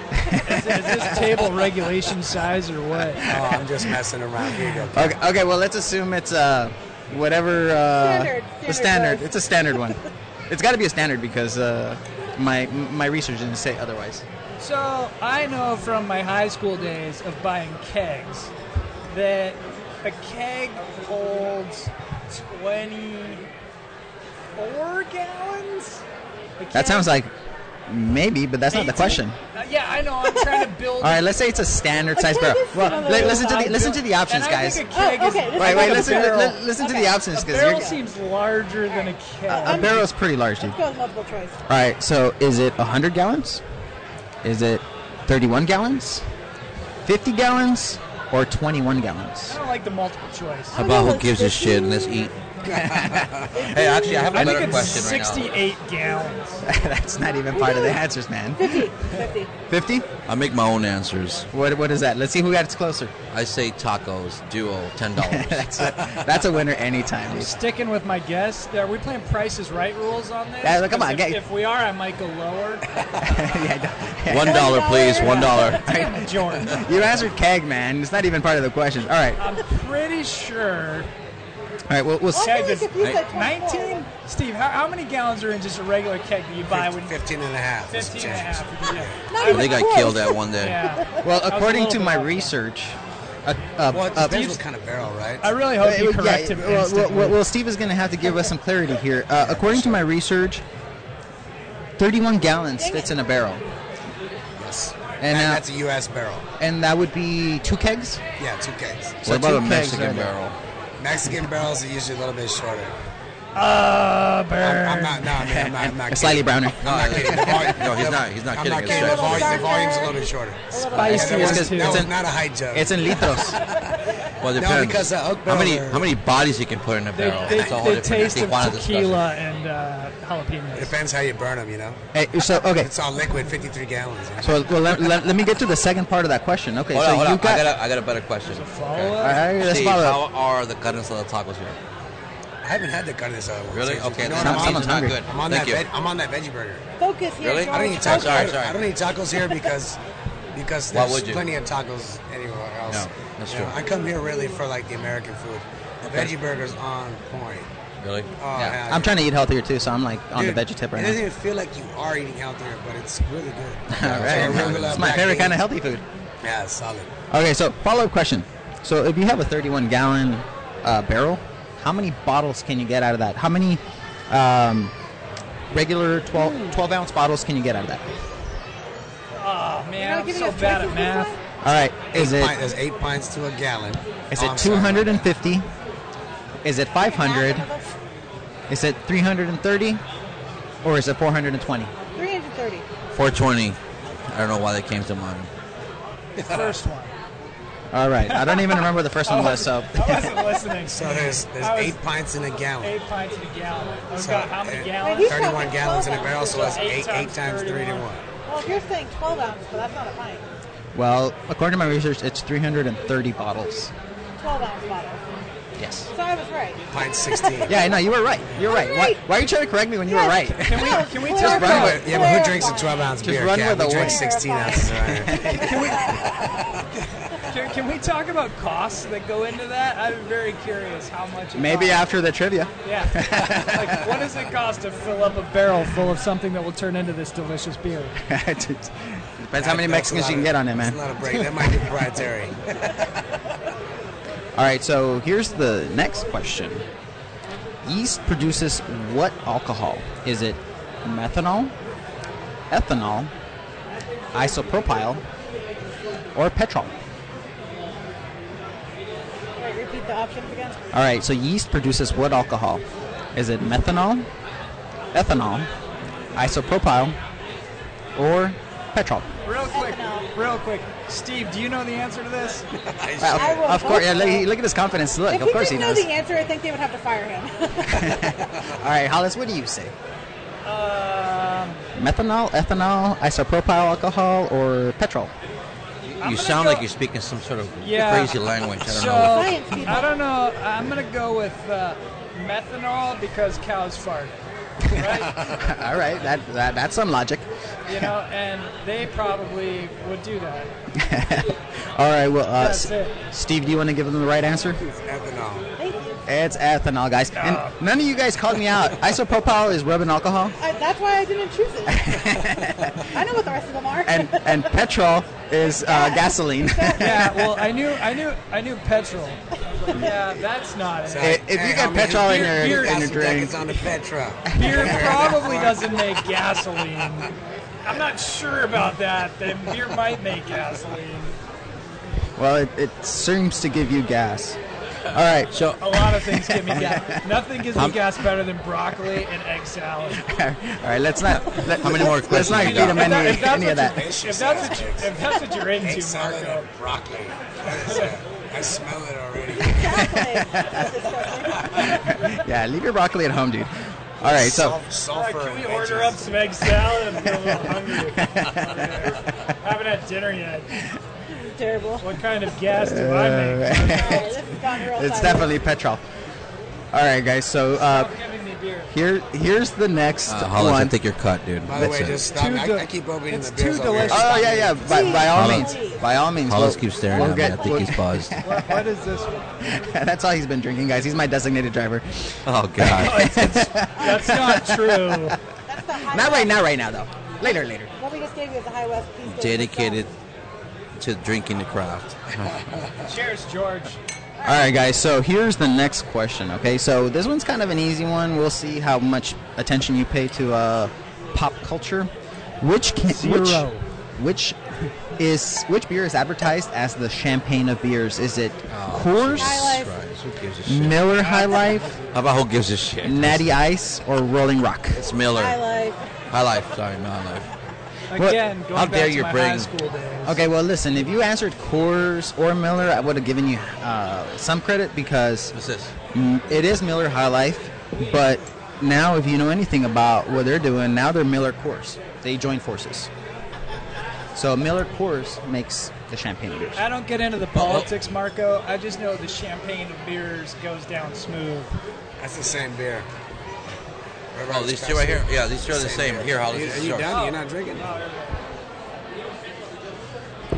Speaker 3: is this table regulation size or what?
Speaker 5: Oh, I'm just messing around. Here you go.
Speaker 1: Okay, okay well let's assume it's uh whatever uh,
Speaker 4: Standard,
Speaker 1: the
Speaker 4: standard
Speaker 1: standard.
Speaker 4: size.
Speaker 1: It's a standard one. it's got to be a standard because uh, my my research didn't say otherwise.
Speaker 3: So I know from my high school days of buying kegs that a keg holds 24 gallons. A
Speaker 1: That
Speaker 3: keg-
Speaker 1: sounds like maybe, but that's not the
Speaker 3: 18?
Speaker 1: question.
Speaker 3: Uh, yeah, I know. I'm trying to build.
Speaker 1: All right, let's say it's a standard size
Speaker 4: Okay,
Speaker 1: barrel.
Speaker 4: this is
Speaker 1: Well,
Speaker 4: another
Speaker 1: li-
Speaker 4: little
Speaker 1: listen to the
Speaker 4: vibe.
Speaker 1: listen to the
Speaker 3: and
Speaker 1: options,
Speaker 3: I
Speaker 1: guys.
Speaker 3: think a
Speaker 1: Wait,
Speaker 3: keg
Speaker 4: Oh,
Speaker 3: is-
Speaker 4: okay, this
Speaker 3: I
Speaker 4: is
Speaker 1: wait,
Speaker 3: think a
Speaker 1: listen to
Speaker 3: barrel-
Speaker 1: li- listen to the
Speaker 4: Okay.
Speaker 1: options
Speaker 3: a
Speaker 1: because
Speaker 3: barrel
Speaker 1: you're.
Speaker 3: seems larger than a keg.
Speaker 4: Uh,
Speaker 1: A
Speaker 4: I'm-
Speaker 1: barrel's pretty large, dude.
Speaker 4: Let's go with multiple choice.
Speaker 1: All right, so is it 100 gallons? Is it 31 gallons? 50 gallons? Or 21
Speaker 3: I
Speaker 1: gallons?
Speaker 3: don't like the multiple choice.
Speaker 2: How about who gives a shit and let's eat? hey, actually, I have a
Speaker 3: I think
Speaker 2: better
Speaker 3: it's
Speaker 2: question right
Speaker 3: 68 gallons.
Speaker 1: That's not even part of the answers, man.
Speaker 4: 50, 50.
Speaker 1: 50?
Speaker 2: now. I make my own answers.
Speaker 1: What, what is that? Let's see who gets closer.
Speaker 2: I say tacos, duo, ten dollars.
Speaker 1: That's a, that's a winner anytime, dude.
Speaker 3: Sticking with my guess, are we playing Price is Right rules on this?
Speaker 1: Yeah, come on,
Speaker 3: Because
Speaker 1: get-
Speaker 3: If, if we are, I might go lower.
Speaker 2: One dollar, please. One dollar.
Speaker 3: Damn, Jordan.
Speaker 1: You answered keg, man. It's not even part of the question. All right.
Speaker 3: I'm pretty sure.
Speaker 1: All right, we'll, we'll
Speaker 4: Well, I
Speaker 1: see.
Speaker 4: feel like if you said 24,
Speaker 3: 19? Steve, how, how many gallons are in just a regular keg that you buy when
Speaker 5: 15 and a half. is
Speaker 3: 15 and a
Speaker 5: change.
Speaker 3: half?
Speaker 4: Not
Speaker 2: I
Speaker 4: even
Speaker 2: think I
Speaker 4: close.
Speaker 2: killed that one day.
Speaker 3: Yeah.
Speaker 1: Well,
Speaker 3: was a
Speaker 1: according
Speaker 3: little
Speaker 1: to
Speaker 3: bit
Speaker 1: my
Speaker 3: off, yeah.
Speaker 1: research, uh, a, a,
Speaker 5: Well, it
Speaker 2: Uh,
Speaker 1: a-
Speaker 5: depends what kind of barrel, right?
Speaker 3: I really hope
Speaker 1: Uh,
Speaker 3: you
Speaker 1: well, yeah,
Speaker 3: correct him.
Speaker 1: well, well,
Speaker 3: instantly.
Speaker 1: well, well, Steve is going to have to give us some clarity here. Uh, according to my research, 31 gallons
Speaker 4: Dang
Speaker 1: fits
Speaker 4: it.
Speaker 1: in a barrel,
Speaker 5: Yes. And,
Speaker 1: uh,
Speaker 5: that's a U.S. barrel.
Speaker 1: and that would be two kegs.
Speaker 5: Yeah, two kegs.
Speaker 1: So
Speaker 2: what about a
Speaker 1: two kegs
Speaker 2: Mexican
Speaker 1: right there.
Speaker 2: barrel?
Speaker 5: Mexican barrels are usually a little bit shorter.
Speaker 3: Uh,
Speaker 5: I'm,
Speaker 3: burn.
Speaker 5: I'm not. No, I mean, I'm not. I'm not
Speaker 1: And slightly
Speaker 5: kidding.
Speaker 1: browner.
Speaker 2: No,
Speaker 5: I'm not kidding. The volume-
Speaker 2: no, he's
Speaker 5: the-
Speaker 2: not. He's not
Speaker 5: I'm
Speaker 2: kidding.
Speaker 5: not
Speaker 2: It's
Speaker 5: kidding.
Speaker 2: facts.
Speaker 5: The, volume, the
Speaker 4: Darker.
Speaker 5: volume's a little shorter.
Speaker 4: Spicy
Speaker 5: that was,
Speaker 1: too.
Speaker 5: that
Speaker 1: It's
Speaker 5: was
Speaker 1: an-
Speaker 5: not a high joke.
Speaker 1: It's in litros.
Speaker 2: Well, it
Speaker 5: No,
Speaker 2: depends.
Speaker 5: because, uh, oak
Speaker 2: how many
Speaker 5: barrel-
Speaker 2: how many bodies you can put in a
Speaker 3: They,
Speaker 2: barrel?
Speaker 3: they,
Speaker 2: That's a whole
Speaker 3: they
Speaker 2: different
Speaker 3: taste of
Speaker 2: Tijuana discussion.
Speaker 3: tequila and uh,
Speaker 5: it
Speaker 3: jalapenos.
Speaker 5: depends how you burn them, you know.
Speaker 1: Hey, so okay,
Speaker 5: It's all liquid, 53 gallons. you know?
Speaker 1: so well, let, let, let me get to the second part of that question. Okay,
Speaker 2: Hold
Speaker 1: so
Speaker 2: on, hold
Speaker 1: you
Speaker 2: on.
Speaker 1: got.
Speaker 2: I got a, I got a better question.
Speaker 1: all right, let's
Speaker 2: Steve,
Speaker 1: follow up.
Speaker 2: how are the carnes of the tacos here?
Speaker 5: I haven't had the carne asada. once,
Speaker 2: Really?
Speaker 5: actually.
Speaker 2: Okay,
Speaker 5: You know
Speaker 2: then
Speaker 5: what I'm
Speaker 1: sounds-
Speaker 5: on?
Speaker 1: someone's
Speaker 2: not
Speaker 1: hungry.
Speaker 2: good.
Speaker 5: I'm on,
Speaker 2: Thank
Speaker 5: that
Speaker 2: you.
Speaker 5: veg- I'm on that veggie burger.
Speaker 4: Focus here,
Speaker 2: Really?
Speaker 4: George.
Speaker 5: I don't eat
Speaker 2: I'm
Speaker 5: tacos.
Speaker 4: Focus.
Speaker 2: sorry,
Speaker 5: I-
Speaker 2: sorry.
Speaker 5: I don't eat tacos here because because
Speaker 2: Why
Speaker 5: there's
Speaker 2: would you?
Speaker 5: plenty of tacos anywhere else.
Speaker 2: No, that's
Speaker 5: You know,
Speaker 2: true.
Speaker 5: I come here really for like the American food. The
Speaker 2: Okay.
Speaker 5: veggie burger's on point.
Speaker 2: Really?
Speaker 5: Oh,
Speaker 2: yeah.
Speaker 5: hell
Speaker 1: I'm
Speaker 5: yeah.
Speaker 1: trying to eat healthier too, so I'm like on
Speaker 5: Dude,
Speaker 1: the veggie tip right
Speaker 5: It
Speaker 1: now.
Speaker 5: doesn't even feel like you are eating healthier, but it's really good.
Speaker 1: All right,
Speaker 5: So I really love
Speaker 1: it's my
Speaker 5: black
Speaker 1: favorite kind of
Speaker 5: beans.
Speaker 1: healthy food.
Speaker 5: Yeah, it's solid.
Speaker 1: Okay, so follow up question. So if you have a 31 gallon uh, barrel, how many bottles can you get out of that? How many um, regular 12, 12 ounce bottles can you get out of that?
Speaker 3: Oh, man,
Speaker 4: not
Speaker 3: I'm
Speaker 4: giving
Speaker 3: so
Speaker 4: us
Speaker 3: bad at
Speaker 4: choices this
Speaker 3: math.
Speaker 4: time?
Speaker 1: All right, is
Speaker 5: Eight
Speaker 1: it
Speaker 5: pint- there's eight pints to a gallon.
Speaker 1: is
Speaker 5: Oh,
Speaker 1: it
Speaker 5: I'm sorry.
Speaker 1: 250? Is it 500? Is it 330? Or is it 420?
Speaker 4: 330.
Speaker 2: 420. I don't know why that came to mind.
Speaker 3: The first one.
Speaker 1: All right, I don't even remember the first one was. So
Speaker 3: I wasn't listening.
Speaker 5: So there's there's
Speaker 3: I was-
Speaker 5: eight pints in a gallon.
Speaker 3: Eight pints in a gallon. I've
Speaker 5: So,
Speaker 3: got how many
Speaker 5: uh,
Speaker 3: gallons?
Speaker 4: Wait, he's
Speaker 5: Thirty-one
Speaker 4: talking
Speaker 5: gallons in a
Speaker 4: twelve
Speaker 5: barrel, so that's
Speaker 3: ounces.
Speaker 5: eight
Speaker 3: Eight
Speaker 5: eight
Speaker 3: times
Speaker 5: times three to
Speaker 3: 31.
Speaker 5: one.
Speaker 4: Well, if you're saying 12 ounce, but that's not a pint.
Speaker 1: well, according to my research, it's 330 bottles.
Speaker 4: 12 ounce bottle.
Speaker 1: Yes.
Speaker 4: So I was right.
Speaker 5: Pint sixteen.
Speaker 1: Yeah, no, you were right. You're right. Why,
Speaker 4: Right.
Speaker 1: why are you trying to correct me when you were
Speaker 4: Yes.
Speaker 1: right?
Speaker 3: Can we-
Speaker 4: No,
Speaker 3: can we
Speaker 4: clarify.
Speaker 3: just
Speaker 5: Yeah,
Speaker 4: Oh,
Speaker 5: but, yeah, but who drinks a 12 ounce
Speaker 1: Just
Speaker 5: beer?
Speaker 1: run
Speaker 5: Cat?
Speaker 1: with
Speaker 5: we
Speaker 1: the
Speaker 5: drink
Speaker 1: wind.
Speaker 5: 16 ounces. around here.
Speaker 3: Can, can we talk about costs that go into that? I'm very curious how much. it
Speaker 1: Maybe
Speaker 3: costs.
Speaker 1: after the trivia.
Speaker 3: Yeah. like, what does it cost to fill up a barrel full of something that will turn into this delicious beer?
Speaker 1: Depends how many
Speaker 5: That's
Speaker 1: Mexicans
Speaker 5: a lot
Speaker 1: you can
Speaker 5: of-
Speaker 1: get on it,
Speaker 5: that's
Speaker 1: man.
Speaker 5: A lot of break. That might be proprietary.
Speaker 1: All right, so here's the next question. Yeast produces what alcohol? Is it methanol, ethanol, isopropyl, or petrol?
Speaker 4: Wait, repeat the options again.
Speaker 1: All right, so yeast produces what alcohol? Is it methanol, ethanol, isopropyl, or petrol?
Speaker 3: Real quick,
Speaker 4: Ethanol.
Speaker 3: real quick. Steve, do you know the answer to this?
Speaker 1: Well,
Speaker 4: I will
Speaker 1: of course, yeah,
Speaker 4: hope so.
Speaker 1: look, look at his confidence. Look,
Speaker 4: if
Speaker 1: of
Speaker 4: he
Speaker 1: course he
Speaker 4: didn't
Speaker 1: knows.
Speaker 4: know the answer, I think they would have to fire him.
Speaker 1: All right, Hollis, what do you say?
Speaker 3: Um,
Speaker 1: Methanol, ethanol, isopropyl alcohol, or petrol?
Speaker 2: You
Speaker 3: gonna
Speaker 2: sound
Speaker 3: go-
Speaker 2: like you're speaking some sort of
Speaker 3: Yeah.
Speaker 2: crazy language. I don't
Speaker 3: so
Speaker 2: know.
Speaker 4: Science people.
Speaker 3: I don't know. I'm gonna go with uh, methanol because cows fart, right?
Speaker 1: All right, that, that that's some logic.
Speaker 3: you know, and they probably would do that.
Speaker 1: All right, well, uh,
Speaker 3: That's
Speaker 1: S-
Speaker 3: it.
Speaker 1: Steve, do you want to give them the right answer?
Speaker 5: Ethanol.
Speaker 4: Thank you.
Speaker 1: It's ethanol, guys. And none of you guys called me out. Isopropyl is rubbing alcohol,
Speaker 4: I, that's why I didn't choose it. I know what the rest of them are.
Speaker 1: and and petrol is uh, gasoline.
Speaker 3: Yeah. Well, I knew, I knew, I knew petrol. Yeah, that's not it.
Speaker 1: If- if you
Speaker 5: Hey,
Speaker 1: get
Speaker 5: homie,
Speaker 1: petrol in
Speaker 5: beer-
Speaker 1: your-
Speaker 5: beer
Speaker 1: in your
Speaker 5: acid
Speaker 1: drink.
Speaker 5: deck is on the petrol.
Speaker 3: Beer probably doesn't make gasoline. I'm not sure about that. Then beer might make gasoline.
Speaker 1: well, it, it seems to give you gas. All right,
Speaker 2: So,
Speaker 3: A lot of things give me gas. Nothing gives me gas better than broccoli and egg salad.
Speaker 1: all right. Let's not. Let,
Speaker 2: how many more
Speaker 1: Let's
Speaker 2: questions?
Speaker 1: not
Speaker 2: you
Speaker 1: feed
Speaker 2: got?
Speaker 1: him any,
Speaker 3: If that-
Speaker 1: any of
Speaker 3: if that's
Speaker 1: that.
Speaker 3: If that's what, you, if that's what you're
Speaker 5: Egg
Speaker 3: into,
Speaker 5: salad
Speaker 3: Marco.
Speaker 5: and broccoli. That is, uh, I smell it already.
Speaker 4: Exactly. That's disgusting.
Speaker 1: Yeah, leave your broccoli at home, dude. All right, so
Speaker 5: Sulf-
Speaker 3: All right,
Speaker 5: sulfur.
Speaker 3: can we
Speaker 5: and
Speaker 3: order
Speaker 5: veggies.
Speaker 3: up some egg salad? I'm feeling a little hungry. Haven't had dinner yet.
Speaker 4: This is terrible.
Speaker 3: What kind of gas do I make?
Speaker 4: Alright, this has gone real
Speaker 1: it's
Speaker 4: sideways.
Speaker 1: definitely petrol. All right, guys. So uh,
Speaker 3: Stop giving me beer.
Speaker 1: here here's the next
Speaker 2: uh, Hollis, I
Speaker 1: one.
Speaker 2: think you're cut, dude.
Speaker 5: By the
Speaker 2: That's
Speaker 5: way,
Speaker 2: it.
Speaker 5: just stop.
Speaker 3: Too
Speaker 5: I,
Speaker 3: del-
Speaker 5: I keep opening
Speaker 3: it's
Speaker 5: the
Speaker 3: too
Speaker 5: beers over here.
Speaker 3: delicious.
Speaker 1: Oh yeah, yeah. By, by all
Speaker 2: Hollis.
Speaker 1: means, by all means.
Speaker 2: Hollis
Speaker 1: we'll-
Speaker 2: keeps staring
Speaker 1: we'll
Speaker 2: at
Speaker 1: get-
Speaker 2: me. I think he's buzzed.
Speaker 3: What, what is this? One?
Speaker 1: That's all he's been drinking, guys. He's my designated driver.
Speaker 2: Oh God.
Speaker 3: That's not true.
Speaker 4: That's the high
Speaker 1: Not right
Speaker 4: west.
Speaker 1: now, right now though. Later, later.
Speaker 4: What we just gave you is the high west. Please give it a
Speaker 2: Dedicated to drinking the craft.
Speaker 6: Cheers, George.
Speaker 1: All right, guys. So here's the next question. Okay, so this one's kind of an easy one. We'll see how much attention you pay to uh, pop culture. Which can
Speaker 3: Zero.
Speaker 1: which which is which beer is advertised as the champagne of beers? Is it Coors,
Speaker 4: High Life.
Speaker 2: Christ, who gives a shit?
Speaker 1: Miller High Life,
Speaker 2: How about who gives a shit?
Speaker 1: Natty Ice, or Rolling Rock?
Speaker 2: It's Miller.
Speaker 4: High Life.
Speaker 2: High life. Sorry, not life.
Speaker 3: Again, going
Speaker 2: How
Speaker 3: back
Speaker 2: dare
Speaker 3: to
Speaker 2: you
Speaker 3: my
Speaker 2: bring-
Speaker 3: high school days.
Speaker 1: Okay, well, listen. If you answered Coors or Miller, I would have given you uh, some credit because
Speaker 2: What's this?
Speaker 1: Mm, It is Miller High Life, but now if you know anything about what they're doing, now they're Miller Coors. They join forces. So Miller Coors makes the champagne beers.
Speaker 6: I don't get into the politics, Marco. I just know the champagne of beers goes down smooth.
Speaker 5: That's the same beer.
Speaker 2: Oh, these two right here. Yeah, these two are the same. Here, Holly.
Speaker 5: Are you,
Speaker 2: this
Speaker 5: are
Speaker 2: is
Speaker 5: you
Speaker 2: yours.
Speaker 5: done? You're not drinking.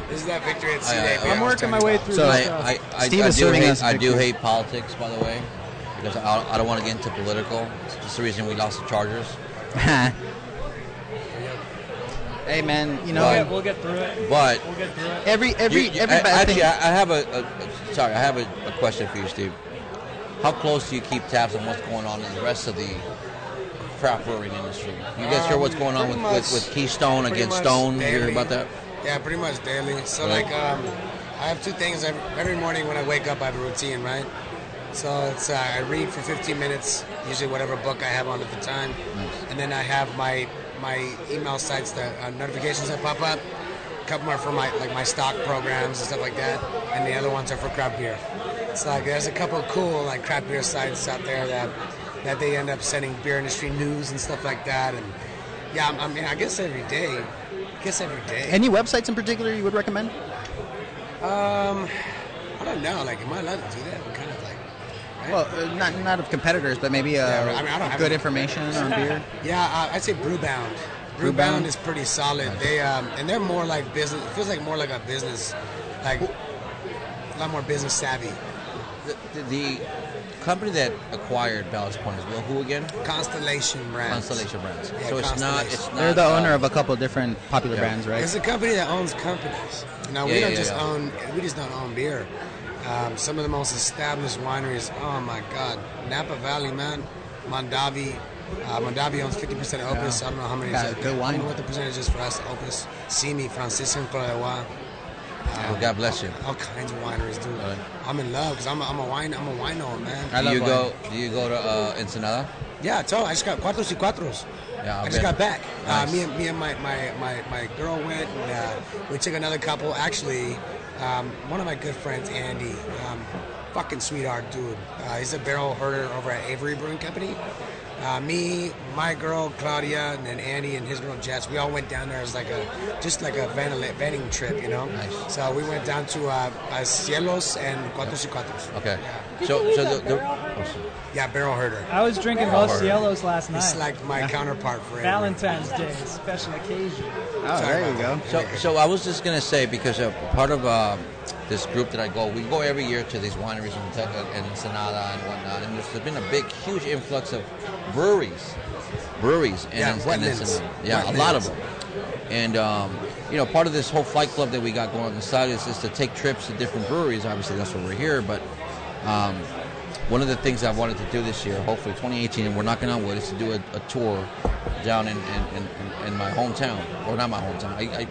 Speaker 5: This is that victory at
Speaker 2: I- I-
Speaker 5: C-Day.
Speaker 2: I'm
Speaker 6: I'm working my way through
Speaker 1: So-
Speaker 6: this stuff.
Speaker 2: I, I, I,
Speaker 1: Steve
Speaker 2: I
Speaker 1: is
Speaker 2: do
Speaker 1: serving
Speaker 2: hate,
Speaker 1: us
Speaker 2: I do
Speaker 1: victory.
Speaker 2: hate politics, by the way, because I, I don't want to get into political. It's the reason we lost the Chargers.
Speaker 1: hey man, you know
Speaker 3: Oh,
Speaker 2: Well,
Speaker 6: We'll get- we'll get through it.
Speaker 2: But
Speaker 6: We'll get through it.
Speaker 1: every every
Speaker 2: You- you-
Speaker 1: every
Speaker 2: I-
Speaker 1: bad
Speaker 2: actually,
Speaker 1: thing.
Speaker 2: I, I have a, a- a- sorry, I have a, a question for you, Steve. How close do you keep tabs on what's going on in the rest of the craft brewing industry? You guys hear what's going on with,
Speaker 5: pretty
Speaker 2: with,
Speaker 5: much-
Speaker 2: with Keystone
Speaker 5: pretty
Speaker 2: against
Speaker 5: much
Speaker 2: Stone? You hear
Speaker 5: daily.
Speaker 2: about that?
Speaker 5: Yeah, pretty much daily. So
Speaker 2: Right.
Speaker 5: like, um, I have two things every, every morning when I wake up. I have a routine, right? So it's uh, I read for 15 minutes, usually whatever book I have on at the time, and then I have my my email sites that uh, notifications that pop up. A couple are for my like my stock programs and stuff like that, and the other ones are for craft beer. It's like there's a couple cool like craft beer sites out there that that they end up sending beer industry news and stuff like that. And yeah, I mean I guess every day, I guess every day.
Speaker 1: Any websites in particular you would recommend?
Speaker 5: I don't know. Like, am I allowed to do that? I'm kind of like. Right?
Speaker 1: Well, uh, not not of competitors, but maybe uh,
Speaker 5: Yeah, I mean, I don't have
Speaker 1: good
Speaker 5: any-
Speaker 1: information on beer.
Speaker 5: yeah, uh, I'd say Brewbound. Brewbound,
Speaker 1: Brewbound?
Speaker 5: is pretty solid. They um, and they're more like business. It feels like more like a business, like a lot more business savvy.
Speaker 2: The, the, the company that acquired Ballast Point is Will Who again?
Speaker 5: Constellation Brands.
Speaker 2: Constellation Brands.
Speaker 5: Yeah,
Speaker 2: so it's not.
Speaker 5: Constellation.
Speaker 2: It's not.
Speaker 1: They're the
Speaker 2: uh,
Speaker 1: owner of a couple different popular
Speaker 2: yeah.
Speaker 1: brands, right?
Speaker 5: It's a company that owns companies. You know,
Speaker 2: Yeah,
Speaker 5: we don't
Speaker 2: yeah,
Speaker 5: just
Speaker 2: yeah.
Speaker 5: own. We just don't own beer. Um, some of the most established wineries. Oh my God, Napa Valley, man. Mondavi. Uh, Mondavi owns 50% of Opus. I don't know how many.
Speaker 1: Got
Speaker 5: is
Speaker 1: a
Speaker 5: it.
Speaker 1: good wine.
Speaker 5: I don't know what the percentage is for us. Opus, Simi, Franciscan Clodois.
Speaker 2: Well, God bless you.
Speaker 5: All kinds of wineries, dude.
Speaker 2: Right.
Speaker 5: I'm in love because I'm a, I'm a wine. I'm a wino, man.
Speaker 1: I
Speaker 2: Do
Speaker 1: love
Speaker 2: you
Speaker 1: wine.
Speaker 2: go? Do you go to uh, Ensenada?
Speaker 5: Yeah, so I just got cuatro y cuatros.
Speaker 2: Yeah, I'll
Speaker 5: I just
Speaker 2: bet.
Speaker 5: got back.
Speaker 2: Nice.
Speaker 5: Uh, me and me and my my, my, my girl went, and uh, we took another couple. Actually, um, one of my good friends, Andy, um, fucking sweetheart dude. Uh, he's a barrel herder over at Avery Brewing Company. Uh, me, my girl Claudia, and then Andy and his girl Jess. We all went down there as like a just like a vanilla- vanning trip, you know.
Speaker 2: Nice.
Speaker 5: So we went down to uh, uh, Cielos and Cuatros y Cuatros.
Speaker 2: Okay.
Speaker 5: Yeah.
Speaker 4: Did
Speaker 2: So,
Speaker 4: you
Speaker 2: so
Speaker 4: use a
Speaker 2: the, Oh, the,
Speaker 4: barrel herder?
Speaker 1: Oh,
Speaker 5: yeah, barrel herder.
Speaker 6: I was drinking Los Cielos last night.
Speaker 5: It's like my counterpart for Avery.
Speaker 6: Valentine's Day, special occasion.
Speaker 1: oh,
Speaker 5: Sorry
Speaker 1: there you go.
Speaker 5: about that.
Speaker 2: So, so I was just gonna say because uh, part of uh, this group that I go, we go every year to these wineries in Te- uh, in Ensenada and whatnot, and there's been a big, huge influx of breweries, breweries, and
Speaker 5: Yeah,
Speaker 2: in, in
Speaker 5: wetlands.
Speaker 2: Ensenada. yeah, a lot of
Speaker 5: Wetlands.
Speaker 2: them. And um, you know, part of this whole flight club that we got going on the side is, is to take trips to different breweries. Obviously, that's why we're here, but. Um, one of the things I wanted to do this year, hopefully 2018, and we're knocking on wood, is to do a, a tour down in, in, in, in my hometown. Or not my hometown. I, I,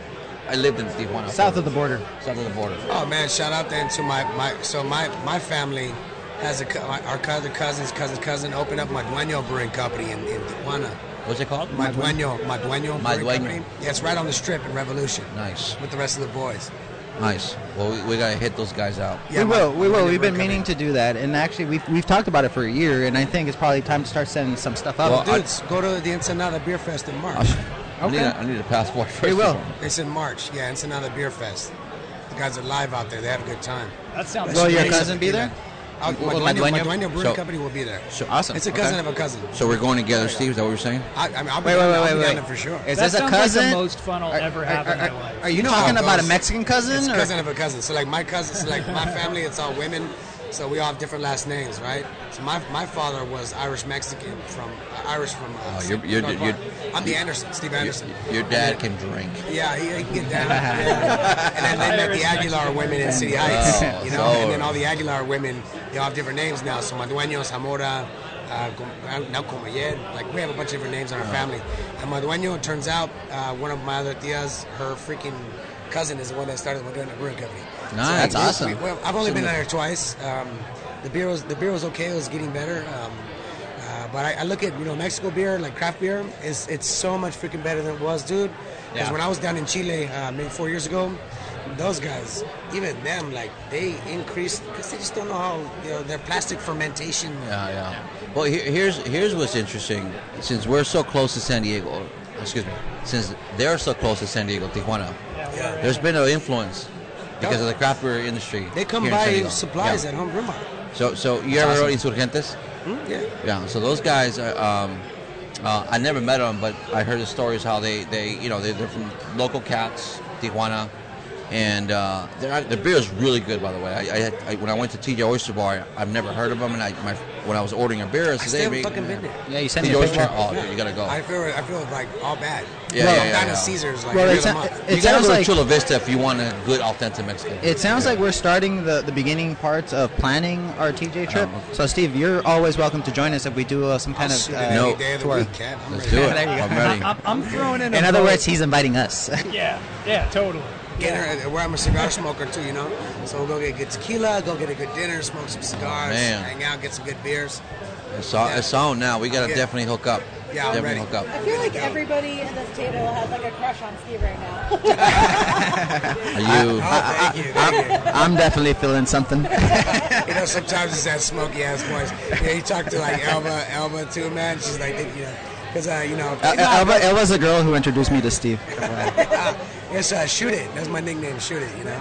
Speaker 2: I lived in Tijuana.
Speaker 1: South of the border.
Speaker 2: South of the border.
Speaker 5: Oh man, shout out then to my, my so my my family has a co- my, our co- other cousins cousin's cousin opened up Madueño Brewing Company in, in Tijuana.
Speaker 2: What's it called?
Speaker 5: Madueño Madueño Brewing
Speaker 2: Madueño.
Speaker 5: Company. Yeah, it's right on the strip in Revolution.
Speaker 2: Nice.
Speaker 5: With the rest of the boys.
Speaker 2: Nice. Well, we, we got to hit those guys out.
Speaker 5: Yeah,
Speaker 1: we will. We will.
Speaker 5: Madueño
Speaker 1: We've been
Speaker 5: Brewing
Speaker 1: meaning to do that, and actually, we've we've talked about it for a year, and I think it's probably time to start sending some stuff up.
Speaker 2: Well,
Speaker 5: Company. Dudes, go to the Ensenada Beer Fest in
Speaker 2: I,
Speaker 5: March.
Speaker 2: I, need, a, I need a passport first.
Speaker 1: we
Speaker 2: of
Speaker 1: will.
Speaker 2: all.
Speaker 5: It's in March. Yeah, Ensenada Beer Fest. The guys are live out there. They have a good time.
Speaker 6: That sounds
Speaker 1: Will
Speaker 6: great.
Speaker 1: your
Speaker 5: Raise
Speaker 1: cousin
Speaker 5: up
Speaker 1: be
Speaker 5: to
Speaker 1: there?
Speaker 5: Oh,
Speaker 1: Will Madueño-
Speaker 5: Madueño, Madueño Brewing
Speaker 2: So-
Speaker 5: Company will be there.
Speaker 2: So awesome.
Speaker 5: It's a cousin
Speaker 2: Okay.
Speaker 5: of a cousin.
Speaker 2: So we're going together, Steve. Is that what you're saying?
Speaker 5: I, I mean, I'll be
Speaker 1: Wait, wait,
Speaker 5: down-
Speaker 1: wait,
Speaker 5: I'll be
Speaker 1: wait,
Speaker 5: down
Speaker 1: wait.
Speaker 5: there for sure.
Speaker 1: Is
Speaker 6: That
Speaker 1: this a
Speaker 6: sounds like the
Speaker 1: cousin?
Speaker 6: most fun I'll
Speaker 1: Are-
Speaker 6: ever
Speaker 1: are-
Speaker 6: have in
Speaker 1: are-
Speaker 6: my life.
Speaker 1: Are you
Speaker 5: know how
Speaker 1: talking
Speaker 5: it
Speaker 1: about a
Speaker 5: goes.
Speaker 1: Mexican cousin?
Speaker 5: It's
Speaker 1: or-
Speaker 5: cousin of a cousin. So like my cousin, so like my family, it's all women. So we all have different last names, right? So my, my father was Irish Mexican from uh, Irish from. Uh,
Speaker 2: Oh, you're- you're-
Speaker 5: North
Speaker 2: you're-
Speaker 5: Park. I'm the Anderson, Steve
Speaker 2: Your,
Speaker 5: Anderson.
Speaker 2: your dad can drink.
Speaker 5: Yeah, he, he can get down. Yeah. and then they met the Aguilar women in City Heights,
Speaker 2: Oh,
Speaker 5: you know. And
Speaker 2: Lord.
Speaker 5: then all the Aguilar women, they all have different names now. So Madueño, Zamora, uh, Com- now Comayer. Like we have a bunch of different names in our family. And Madueño, it turns out, uh, one of my other tias, her freaking cousin is the one that started Madueño Brewing Company.
Speaker 2: Nice.
Speaker 1: That's
Speaker 5: we-
Speaker 1: awesome.
Speaker 5: we- well, I've only been there twice. Um, the beer was the beer was okay. It was getting better. Um, uh, but I, I look at you know Mexico beer like craft beer is it's so much freaking better than it was, dude. Because
Speaker 2: Yeah.
Speaker 5: when I was down in Chile uh, maybe four years ago, those guys, even them, like they increased because they just don't know how you know their plastic fermentation.
Speaker 2: Yeah, yeah. Well, here, here's here's what's interesting. Since we're so close to San Diego, or, excuse me, since they're so close to San Diego, Tijuana, there's been an influence because of the craft beer industry.
Speaker 5: They come
Speaker 2: here in San
Speaker 5: buy
Speaker 2: Diego.
Speaker 5: supplies
Speaker 2: Yeah.
Speaker 5: at home brew mart.
Speaker 2: So, so you ever heard Insurgentes?
Speaker 5: Hmm? Yeah.
Speaker 2: Yeah. So those guys, are, um, uh, I never met them, but I heard the stories how they, they you know, they, they're from local cats, Tijuana, and uh, their their beer is really good. By the way, I, I, had, I when I went to TJ Oyster Bar, I've never heard of them, and I my, when I was ordering a beer, I
Speaker 5: I
Speaker 2: said,
Speaker 5: still
Speaker 2: "Hey,
Speaker 5: haven't
Speaker 2: make-
Speaker 5: fucking been there.
Speaker 1: Yeah, you sent
Speaker 2: TJ
Speaker 1: me a
Speaker 2: Oyster
Speaker 1: picture.
Speaker 2: Bar. Oh, dude, you gotta go.
Speaker 5: I feel I feel like all bad.
Speaker 2: Yeah,
Speaker 5: Well,
Speaker 2: yeah,
Speaker 5: I'm
Speaker 2: yeah,
Speaker 5: down
Speaker 2: yeah.
Speaker 5: to Caesars like
Speaker 1: Well,
Speaker 5: every
Speaker 1: it's
Speaker 5: other
Speaker 1: not-
Speaker 5: month.
Speaker 1: it
Speaker 2: you gotta
Speaker 1: sounds
Speaker 2: go
Speaker 1: like-
Speaker 2: to Chula Vista if you want a good authentic Mexican.
Speaker 1: It sounds like we're starting the, the beginning parts of planning our TJ trip.
Speaker 2: okay.
Speaker 1: So, Steve, you're always welcome to join us if we do uh, some kind of
Speaker 5: Shoot it
Speaker 1: uh,
Speaker 5: any
Speaker 2: No.
Speaker 5: day of the
Speaker 1: tour.
Speaker 5: week, Kev. I'm
Speaker 2: Let's
Speaker 5: ready.
Speaker 2: do it.
Speaker 1: There you go.
Speaker 2: I'm ready.
Speaker 6: I'm, I'm throwing in.
Speaker 1: In
Speaker 6: a
Speaker 1: other
Speaker 6: vote.
Speaker 1: words, he's inviting us.
Speaker 6: yeah, yeah, totally.
Speaker 5: dinner. uh, Where I'm a cigar smoker too, you know. So we'll go get good tequila, go get a good dinner, smoke some cigars,
Speaker 2: man.
Speaker 5: hang out, get some good beers.
Speaker 2: It's on, it's on now. We gotta
Speaker 5: Yeah.
Speaker 2: definitely hook up.
Speaker 5: Yeah, I'm
Speaker 2: definitely
Speaker 5: ready.
Speaker 2: hook up.
Speaker 4: I feel like everybody at this table has like a crush on Steve right now.
Speaker 2: Are you?
Speaker 5: Oh, thank you, thank you.
Speaker 1: I'm definitely feeling something.
Speaker 5: You know, sometimes it's that smoky ass voice. You know, you talk to like Elma, Elma too, man. She's like, you know, because uh, you know,
Speaker 1: Uh, Elba, Elba's the girl who introduced me to Steve.
Speaker 5: it's uh, shoot it. That's my nickname, shoot it. You know.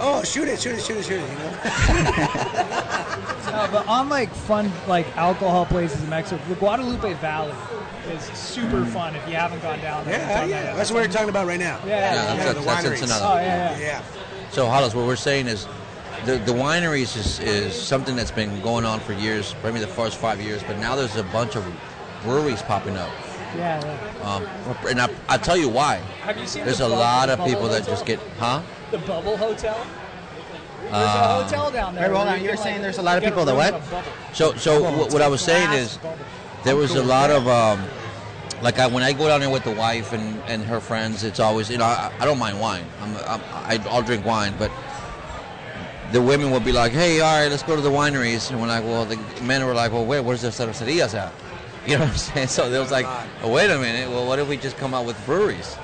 Speaker 5: Oh, shoot it, shoot it, shoot it, shoot it. You know.
Speaker 6: Uh, but on like fun like alcohol places in Mexico, the Guadalupe Valley is super fun if you haven't gone down there. It's
Speaker 5: Yeah,
Speaker 6: on
Speaker 5: yeah.
Speaker 6: that-
Speaker 5: That's what we're talking about right now.
Speaker 6: Yeah, yeah,
Speaker 2: Yeah,
Speaker 6: yeah.
Speaker 5: Yeah,
Speaker 2: that's,
Speaker 5: the
Speaker 2: that's,
Speaker 5: wineries.
Speaker 2: that's another.
Speaker 6: Oh yeah, yeah.
Speaker 5: Yeah.
Speaker 2: So, Hollis, what we're saying is the, the wineries is, is something that's been going on for years, maybe the first five years, but now there's a bunch of breweries popping up.
Speaker 6: yeah, yeah.
Speaker 2: Um, and I, I'll tell you why.
Speaker 6: Have you seen
Speaker 2: There's
Speaker 6: the
Speaker 2: a
Speaker 6: bubble-
Speaker 2: lot of
Speaker 6: bubble
Speaker 2: people that
Speaker 6: hotel?
Speaker 2: just get, huh?
Speaker 6: the Bubble Hotel. There's a hotel down there.
Speaker 1: Uh, Wait, hold
Speaker 6: where
Speaker 1: on, you
Speaker 6: can,
Speaker 1: were saying
Speaker 6: like,
Speaker 1: there's a lot of
Speaker 6: get
Speaker 1: people that
Speaker 6: room in
Speaker 1: what?
Speaker 6: a bubble.
Speaker 2: So, so what, what I was saying
Speaker 6: Glass
Speaker 2: is
Speaker 6: bubble.
Speaker 2: there was a lot of, um, like I, when I go down there with the wife and, and her friends, it's always, you know, I, I don't mind wine. I'm, I'm, I- I'll drink wine, but the women will be like, hey, all right, let's go to the wineries. And we're like, well, the men were like, well, where, where's the cervecerias at? You know what I'm saying? So there was like, oh, wait a minute. Well, what if we just come out with breweries?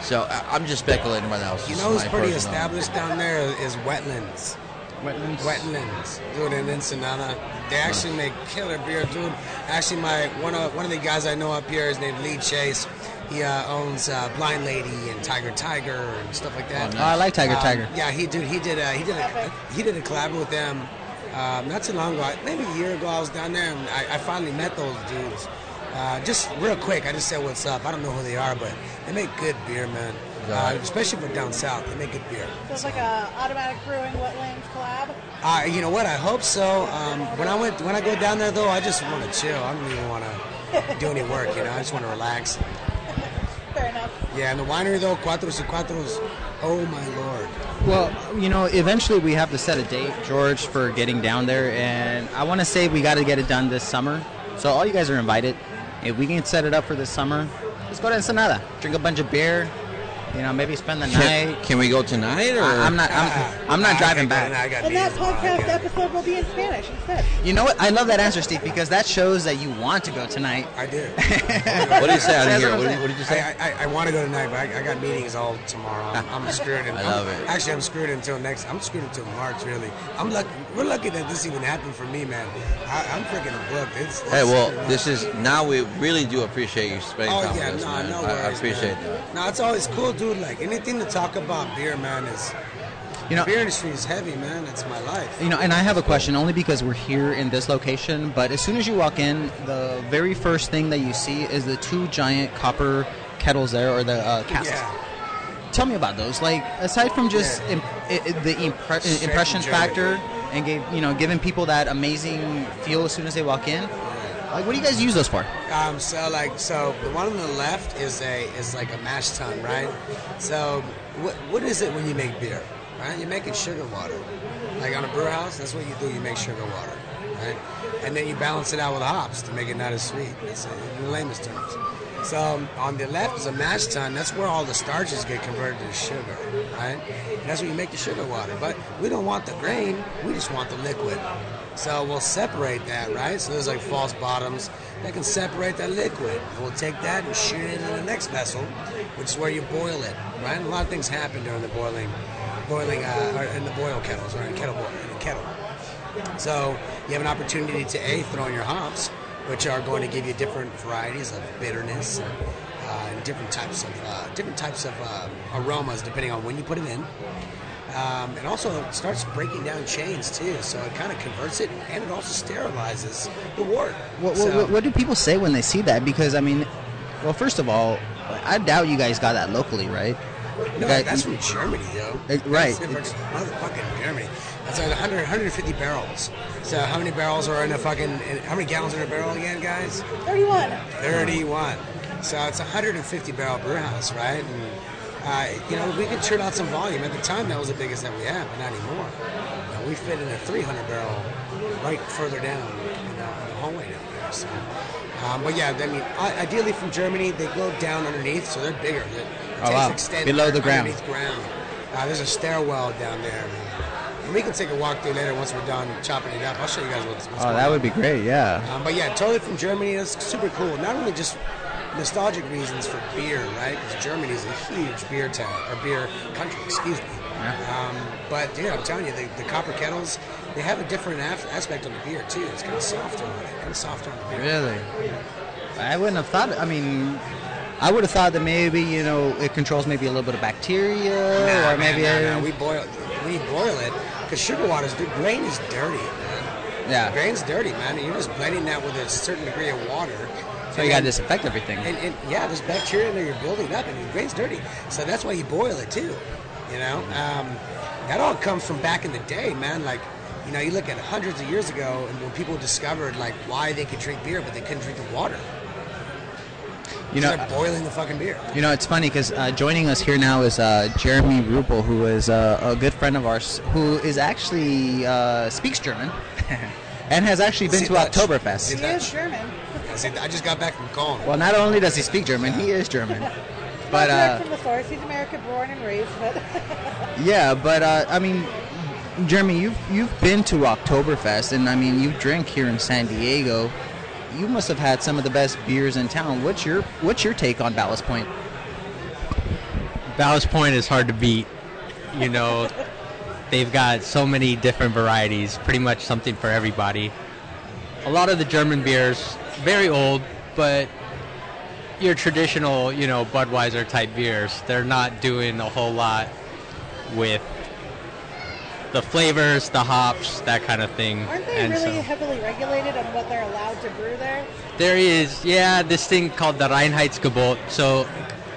Speaker 2: So I, I'm just speculating right now. It's
Speaker 5: You
Speaker 2: just
Speaker 5: know who's
Speaker 2: my
Speaker 5: pretty
Speaker 2: personal-
Speaker 5: established down there is Wetlands. Wetlands, dude, in Ensenada. They actually make killer beer, dude. Actually, my one of one of the guys I know up here is named Lee Chase. He uh, owns uh, Blind Lady and Tiger Tiger and stuff like that.
Speaker 2: Oh,
Speaker 1: Oh, I like Tiger
Speaker 5: Um,
Speaker 1: Tiger.
Speaker 5: Yeah, he did. He did. A, he did. A,
Speaker 4: Epic.
Speaker 5: he did a collab with them um, not too long ago. I- Maybe a year ago, I was down there and I, I finally met those dudes. Uh, just real quick, I just said what's up. I don't know who they are, but they make good beer, man. Uh, especially for down south, they make good beer.
Speaker 4: So it's like a automatic brewing wetlands collab.
Speaker 5: Uh, you know what? I hope so. Um, when I went, when I go down there though, I just want to chill. I don't even want to do any work. You know, I just want to relax.
Speaker 4: Fair enough.
Speaker 5: Yeah, and the winery though, Cuatros y Cuatros. Oh my lord!
Speaker 1: Well, you know, eventually we have to set a date, George, for getting down there, and I want to say we got to get it done this summer. So all you guys are invited. If we can set it up for this summer, let's go to Ensenada, drink a bunch of beer, you know, maybe spend the night.
Speaker 2: Can, can we go tonight? Or
Speaker 1: I, am not.
Speaker 5: Ah,
Speaker 1: I'm, I'm
Speaker 5: I
Speaker 1: not
Speaker 5: can't
Speaker 1: driving
Speaker 5: go
Speaker 1: back.
Speaker 5: tonight. I got
Speaker 4: And that
Speaker 5: meetings tomorrow. I
Speaker 4: podcast
Speaker 5: can't.
Speaker 4: episode will be in Spanish instead.
Speaker 1: You know what? I love that answer, Steve, because that shows that you want to go tonight.
Speaker 5: I did.
Speaker 2: What did you say? I didn't
Speaker 1: That's
Speaker 2: hear.
Speaker 1: what I'm
Speaker 2: What, did-
Speaker 1: saying.
Speaker 2: what did you say?
Speaker 5: I, I, I want to go tonight, but I, I got meetings all tomorrow. I'm, I'm screwed. In,
Speaker 2: I love it.
Speaker 5: Actually, I'm screwed until next. I'm screwed until March, really. I'm lucky. We're lucky that this even happened for me, man. I, I'm freaking booked. It's,
Speaker 2: Hey,
Speaker 5: it's-
Speaker 2: well, this is now we really do appreciate you spending
Speaker 5: Oh
Speaker 2: time
Speaker 5: yeah,
Speaker 2: with us,
Speaker 5: no,
Speaker 2: man.
Speaker 5: no
Speaker 2: I-
Speaker 5: worries.
Speaker 2: I, appreciate
Speaker 5: man. No, it's always cool, dude. Like anything to talk about beer, man, is
Speaker 1: You know,
Speaker 5: beer industry is heavy, man. It's my life.
Speaker 1: You know, and I have a question only because we're here in this location. But as soon as you walk in, the very first thing that you see is the two giant copper kettles there, or the uh, casks.
Speaker 5: Yeah,
Speaker 1: Tell me about those. Like, aside from just
Speaker 5: Yeah.
Speaker 1: im- i- i- the impre-
Speaker 5: Straight
Speaker 1: impression
Speaker 5: from Germany.
Speaker 1: factor and gave you know giving people that amazing feel as soon as they walk in. Like, what do you guys use those for?
Speaker 5: Um, so like so the one on the left is a is like a mash tun, right? So what what is it when you make beer? Right? You're making sugar water. Like on a brew house, that's what you do, you make sugar water. Right? And then you balance it out with hops to make it not as sweet. It's uh, in the lamest terms. So um, on the left is a mash tun. That's where all the starches get converted to sugar, right? And that's where you make the sugar water. But we don't want the grain. We just want the liquid. So we'll separate that, right? So there's like false bottoms that can separate that liquid. And we'll take that and shoot it into the next vessel, which is where you boil it, right? And a lot of things happen during the boiling, boiling, uh, or in the boil kettles, or in kettle boil, in the kettle. So you have an opportunity to a throw in your hops, which are going to give you different varieties of bitterness and, uh, and different types of uh, different types of uh, aromas depending on when you put them in. Um, and also it starts breaking down chains too, so it kind of converts it and it also sterilizes the wort.
Speaker 1: What, what,
Speaker 5: So-
Speaker 1: what, what do people say when they see that? Because I mean, well, first of all, I doubt you guys got that locally, right? You
Speaker 5: No,
Speaker 1: guys-
Speaker 5: that's from Germany, though.
Speaker 1: It- Eh, right.
Speaker 5: That's from motherfucking Germany. That's like 100, 150 barrels. So how many barrels are in a fucking? in- How many gallons in a barrel again, guys?
Speaker 4: 31.
Speaker 5: 31. So it's a 150 barrel brew house, right? And uh, you know we could churn out some volume. At the time, that was the biggest that we had, but not anymore. You know, we fit in a 300 barrel right further down in the, in the hallway down there. So, um, but yeah, I mean, i- ideally from Germany, they go down underneath, so they're bigger. They-
Speaker 1: Oh, wow.
Speaker 5: extend
Speaker 1: Below the ground.
Speaker 5: underneath ground. Uh, there's a stairwell down there. And we can take a walk through later once we're done chopping it up. I'll show you guys what's, what's
Speaker 1: Oh,
Speaker 5: going
Speaker 1: that
Speaker 5: on.
Speaker 1: would be great. Yeah.
Speaker 5: Um, but yeah, totally from Germany. That's super cool. Not only just nostalgic reasons for beer, right? Because Germany is a huge beer town or beer country. Excuse me. Um, but dude, I'm telling you, the, the copper kettles they have a different af- aspect on the beer too. It's kind of softer, on it, kind of softer on the beer.
Speaker 1: Really? I wouldn't have thought. I mean, I would have thought that maybe you know it controls maybe a little bit of bacteria
Speaker 5: Nah,
Speaker 1: or
Speaker 5: man,
Speaker 1: maybe
Speaker 5: nah, nah, we boil we boil it because sugar water is grain is dirty. Man.
Speaker 1: Yeah.
Speaker 5: grain's dirty, man. And you're just blending that with a certain degree of water.
Speaker 1: so you got to disinfect everything.
Speaker 5: And, and yeah, there's bacteria in there you're building up, and your grain's dirty. So that's why you boil it too. You know,
Speaker 1: Mm-hmm.
Speaker 5: um, that all comes from back in the day, man. Like, you know, you look at hundreds of years ago, and when people discovered like why they could drink beer, but they couldn't drink the water.
Speaker 1: You
Speaker 5: So
Speaker 1: know,
Speaker 5: they're boiling the fucking beer.
Speaker 1: You know, it's funny because uh, joining us here now is uh, Jeremy Rupel, who is uh, a good friend of ours, who is actually uh, speaks German and has actually been
Speaker 5: Sie
Speaker 1: to
Speaker 5: Deutsch. Sie
Speaker 1: Oktoberfest.
Speaker 4: He is German.
Speaker 5: I said, I just got back from Cologne.
Speaker 1: Well, not only does he speak German, he is German.
Speaker 4: Not
Speaker 1: But
Speaker 4: direct
Speaker 1: uh,
Speaker 4: from the source. He's American born and raised, but
Speaker 1: yeah, but uh, I mean, Jeremy, you've you've been to Oktoberfest, and I mean, you drink here in San Diego. You must have had some of the best beers in town. What's your What's your take on Ballast Point?
Speaker 7: Ballast Point is hard to beat. You know, they've got so many different varieties, pretty much something for everybody. A lot of the German beers, very old, but your traditional, you know, Budweiser type beers, they're not doing a whole lot with the flavors, the hops, that kind of thing.
Speaker 4: aren't they
Speaker 7: And
Speaker 4: really
Speaker 7: so-
Speaker 4: heavily regulated on what they're allowed to brew there?
Speaker 7: there is, yeah, this thing called the Reinheitsgebot. So,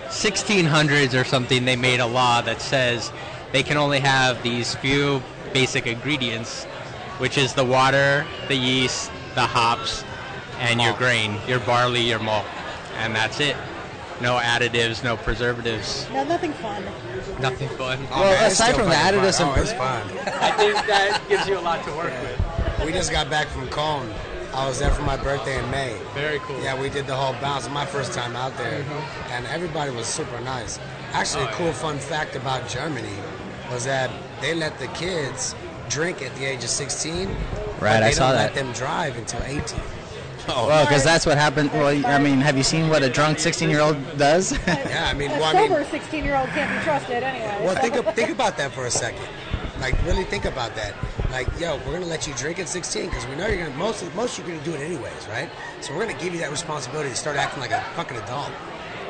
Speaker 7: 1600s or something, they made a law that says they can only have these few basic ingredients, which is the water, the yeast, the hops, and your grain, your barley, your malt, and that's it. No additives, no preservatives,
Speaker 4: No, nothing fun.
Speaker 7: nothing fun.
Speaker 5: Oh,
Speaker 1: Well,
Speaker 5: man, it's
Speaker 1: aside
Speaker 5: still
Speaker 1: from the
Speaker 5: fucking
Speaker 1: additives
Speaker 5: fun.
Speaker 1: and-
Speaker 5: oh, it's fun.
Speaker 7: I think that gives you a lot to work with.
Speaker 5: We just got back from Cologne. I was there for my birthday in May.
Speaker 7: Very cool. Mm-hmm.
Speaker 5: Yeah, we did the whole bounce. My first time out there, and everybody was super nice. Actually,
Speaker 7: Oh,
Speaker 5: a cool fun fact about Germany was that they let the kids drink at the age of 16.
Speaker 1: Right,
Speaker 5: but
Speaker 1: I
Speaker 5: they
Speaker 1: saw
Speaker 5: don't
Speaker 1: that.
Speaker 5: Let them drive until 18.
Speaker 1: Well, because that's what happened. Well, I mean, have you seen what a drunk 16 year old does?
Speaker 5: Yeah, I mean,
Speaker 4: A
Speaker 5: well, I
Speaker 4: sober
Speaker 5: mean,
Speaker 4: 16-year-old can't be trusted anyway.
Speaker 5: well,
Speaker 4: so-
Speaker 5: think of, think about that for a second. Like, really think about that. Like, yo, we're gonna let you drink at 16 because we know you're gonna most of- most you're gonna do it anyways, right? So we're gonna give you that responsibility to start acting like a fucking adult.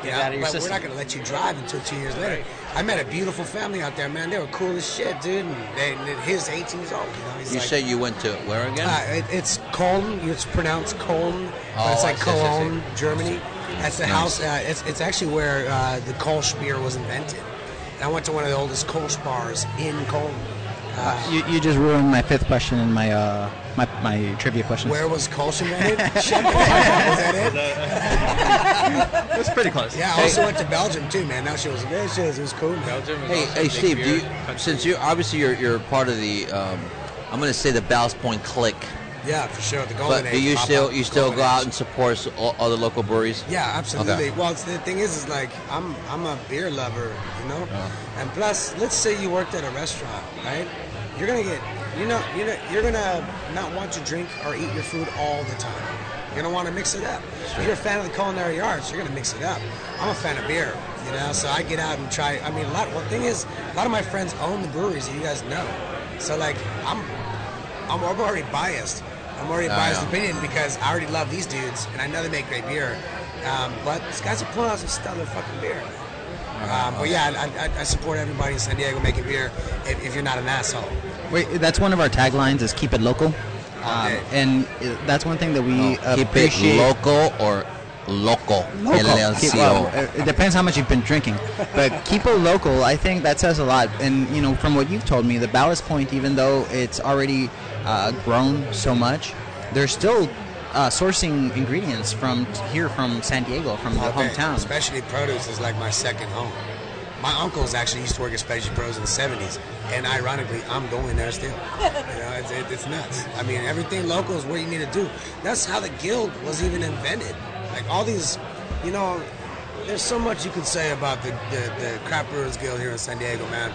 Speaker 5: You know?
Speaker 1: out of your
Speaker 5: but
Speaker 1: system.
Speaker 5: we're not gonna let you drive until two years later. I met a beautiful family out there, man. They were cool as shit, dude. And, they, and his 18 years old. You know, he's
Speaker 2: You
Speaker 5: like,
Speaker 2: say you went to where again?
Speaker 5: uh, it, it's Cologne. It's pronounced Cologne, but it's
Speaker 2: Oh, I
Speaker 5: like
Speaker 2: see, I see, I see.
Speaker 5: Cologne, Germany. That's the
Speaker 2: Nice.
Speaker 5: house. Uh, it's, it's actually where uh, the Kolsch beer was invented. And I went to one of the oldest Kolsch bars in Cologne.
Speaker 1: You, you just ruined my fifth question and my uh, my, my trivia question.
Speaker 5: Where was Kolsch invented? Shut the heck up, Is that it?
Speaker 1: That's pretty close.
Speaker 5: Yeah, I also went to Belgium too, man. That shit was vicious. It was cool, man.
Speaker 8: Belgium is also a
Speaker 2: Hey, hey,
Speaker 8: big
Speaker 2: Steve. Do
Speaker 8: beer
Speaker 2: you,
Speaker 8: country.
Speaker 2: since you obviously you're, you're part of the, um, I'm going to say the Ballast Point clique,
Speaker 5: Yeah, for sure. The golden
Speaker 2: but
Speaker 5: age.
Speaker 2: do you
Speaker 5: Papa,
Speaker 2: still you still
Speaker 5: golden
Speaker 2: go out
Speaker 5: age.
Speaker 2: and support s- all, other local breweries?
Speaker 5: Yeah, absolutely.
Speaker 2: Okay.
Speaker 5: Well, it's, the thing is, is like I'm I'm a beer lover, you know. And plus, let's say you worked at a restaurant, right? You're gonna get you know you know you're gonna not want to drink or eat your food all the time. You're gonna want to mix it up. If You're a fan of the culinary arts. You're gonna mix it up. I'm a fan of beer, you know. So I get out and try. I mean, a lot. Well, the thing is, a lot of my friends own the breweries that you guys know. So like, I'm I'm, I'm already biased. I'm already biased
Speaker 2: yeah.
Speaker 5: opinion because I already love these dudes and I know they make great beer. Um, but these guys are pulling out some stellar fucking beer. Um, but yeah, I, I, I support everybody in San Diego making beer if, if you're not an asshole.
Speaker 1: Wait, that's one of our taglines is keep it local. Um,
Speaker 5: Okay.
Speaker 1: and uh, that's one thing that we
Speaker 2: Keep it
Speaker 1: appreciate.
Speaker 2: local or local.
Speaker 1: Local. Keep- well,
Speaker 2: LLCO.
Speaker 1: uh, it depends how much you've been drinking, but keep it local. I think that says a lot. And you know, from what you've told me, the Ballast Point, even though it's already uh, grown so much, they're still uh, sourcing ingredients from t- here, from San Diego, from the
Speaker 5: Okay.
Speaker 1: hometown.
Speaker 5: Specialty produce is like my second home. My uncles actually used to work at Specialty Produce in the 70s, and ironically, I'm going there still. You know, it's, it, it's nuts. I mean, everything local is what you need to do. That's how the guild was even invented. Like all these, you know, there's so much you can say about the, the, the Crap Brewers Guild here in San Diego, man.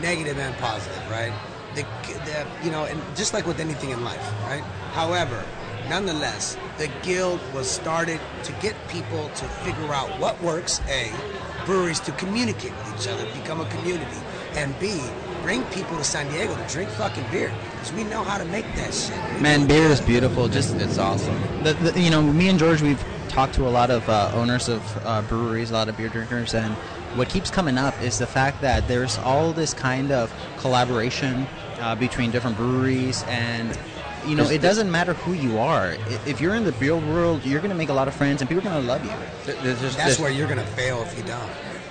Speaker 5: Negative and positive, right? The, the, you know, and just like with anything in life, right? However, nonetheless, the guild was started to get people to figure out what works, A, breweries to communicate with each other, become a community, and B, bring people to San Diego to drink fucking beer. Because we know how to make that shit.
Speaker 1: Man, beer is beautiful. Just
Speaker 2: It's awesome.
Speaker 1: the, the, you know, me and George, we've talked to a lot of uh, owners of uh, breweries, a lot of beer drinkers, and what keeps coming up is the fact that there's all this kind of collaboration uh, between different breweries, and you know, it doesn't matter who you are. I- If you're in the beer world, you're going to make a lot of friends, and people are going to love you.
Speaker 2: Th- there's just-
Speaker 5: That's
Speaker 2: there's-
Speaker 5: where you're going to fail if you don't.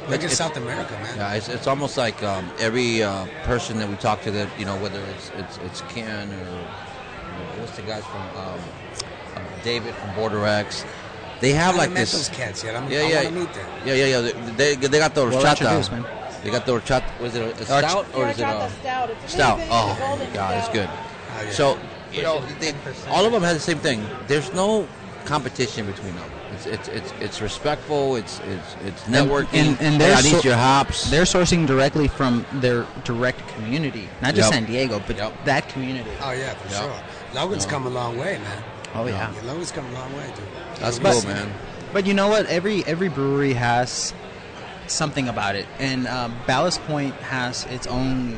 Speaker 5: Look at South America, man.
Speaker 2: Yeah, it's, it's almost like um, every uh, person that we talk to that you know, whether it's it's, it's Ken or you know, what's the guys from um, uh, David from Border X, they have
Speaker 5: I
Speaker 2: like
Speaker 5: haven't met
Speaker 2: this.
Speaker 5: those cats yet. I'm-
Speaker 2: yeah,
Speaker 5: I
Speaker 2: yeah,
Speaker 5: wanna meet them.
Speaker 2: yeah, yeah, yeah. They, they, they got the
Speaker 1: Well, introduce,
Speaker 2: horchata.
Speaker 1: man.
Speaker 2: they got the horchata. Was it a stout or is it
Speaker 4: Horchata
Speaker 2: a
Speaker 4: stout. It's
Speaker 2: stout?
Speaker 4: amazing.
Speaker 2: Oh
Speaker 4: Golden
Speaker 2: my god, it's
Speaker 4: stout.
Speaker 2: good.
Speaker 5: Oh, yeah.
Speaker 2: So you know, they, all of them have the same thing. There's no competition between them. It's it's it's, it's respectful. It's it's it's networking.
Speaker 1: and- and
Speaker 2: Hey,
Speaker 1: they're
Speaker 2: I need
Speaker 1: so-
Speaker 2: your hops.
Speaker 1: They're sourcing directly from their direct community, not just
Speaker 2: Yep.
Speaker 1: San Diego, but
Speaker 2: Yep.
Speaker 1: that community.
Speaker 5: Oh, yeah, for
Speaker 2: Yeah.
Speaker 5: sure. Logan's come a long way, man.
Speaker 1: Oh yeah.
Speaker 5: Yeah, Logan's come a long way, dude.
Speaker 2: That's
Speaker 5: We've
Speaker 2: cool,
Speaker 5: seen
Speaker 2: man.
Speaker 1: But you know what? Every every brewery has something about it, and um, Ballast Point has its own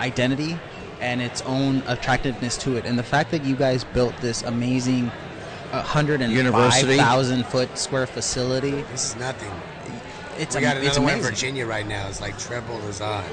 Speaker 1: identity and its own attractiveness to it. And the fact that you guys built this amazing. uh,
Speaker 2: University.
Speaker 1: 105,000 foot square facility.
Speaker 5: This is nothing.
Speaker 1: It's,
Speaker 5: We
Speaker 1: am-
Speaker 5: got
Speaker 1: it's
Speaker 5: another one in
Speaker 1: amazing.
Speaker 5: Virginia right now. It's like triple the size.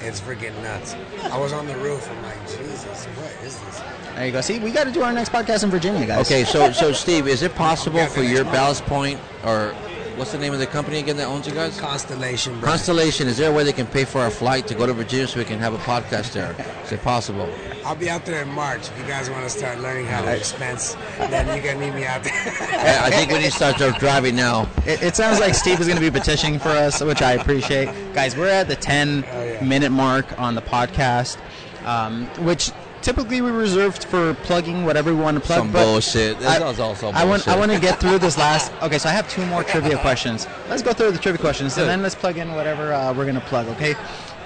Speaker 5: It's freaking nuts. I was on the roof. I'm like, Jesus, what is this?
Speaker 1: There you go. See, we got to do our next podcast in Virginia, guys.
Speaker 2: Okay, so so Steve, is it possible
Speaker 5: Yeah,
Speaker 2: for
Speaker 5: man,
Speaker 2: your
Speaker 5: it's-
Speaker 2: Ballast Point or what's the name of the company again that owns you guys?
Speaker 5: Constellation, bro.
Speaker 2: Constellation. Is there a way they can pay for our flight to go to Virginia so we can have a podcast there? Is it possible?
Speaker 5: I'll be out there in March. If you guys want to start learning how to expense, then you can meet me out there.
Speaker 2: I I think we need to start our driving now.
Speaker 1: It, it sounds like Steve is going to be petitioning for us, which I appreciate. Guys, we're at the 10 minute mark on the podcast, um, which typically we reserved for plugging whatever we want to plug.
Speaker 2: Some
Speaker 1: but
Speaker 2: bullshit. This
Speaker 1: I,
Speaker 2: is also
Speaker 1: I want, I
Speaker 2: bullshit.
Speaker 1: want to get through this last. Okay, so I have two more trivia questions. Let's go through the trivia questions, and then let's plug in whatever uh, we're going to plug, okay?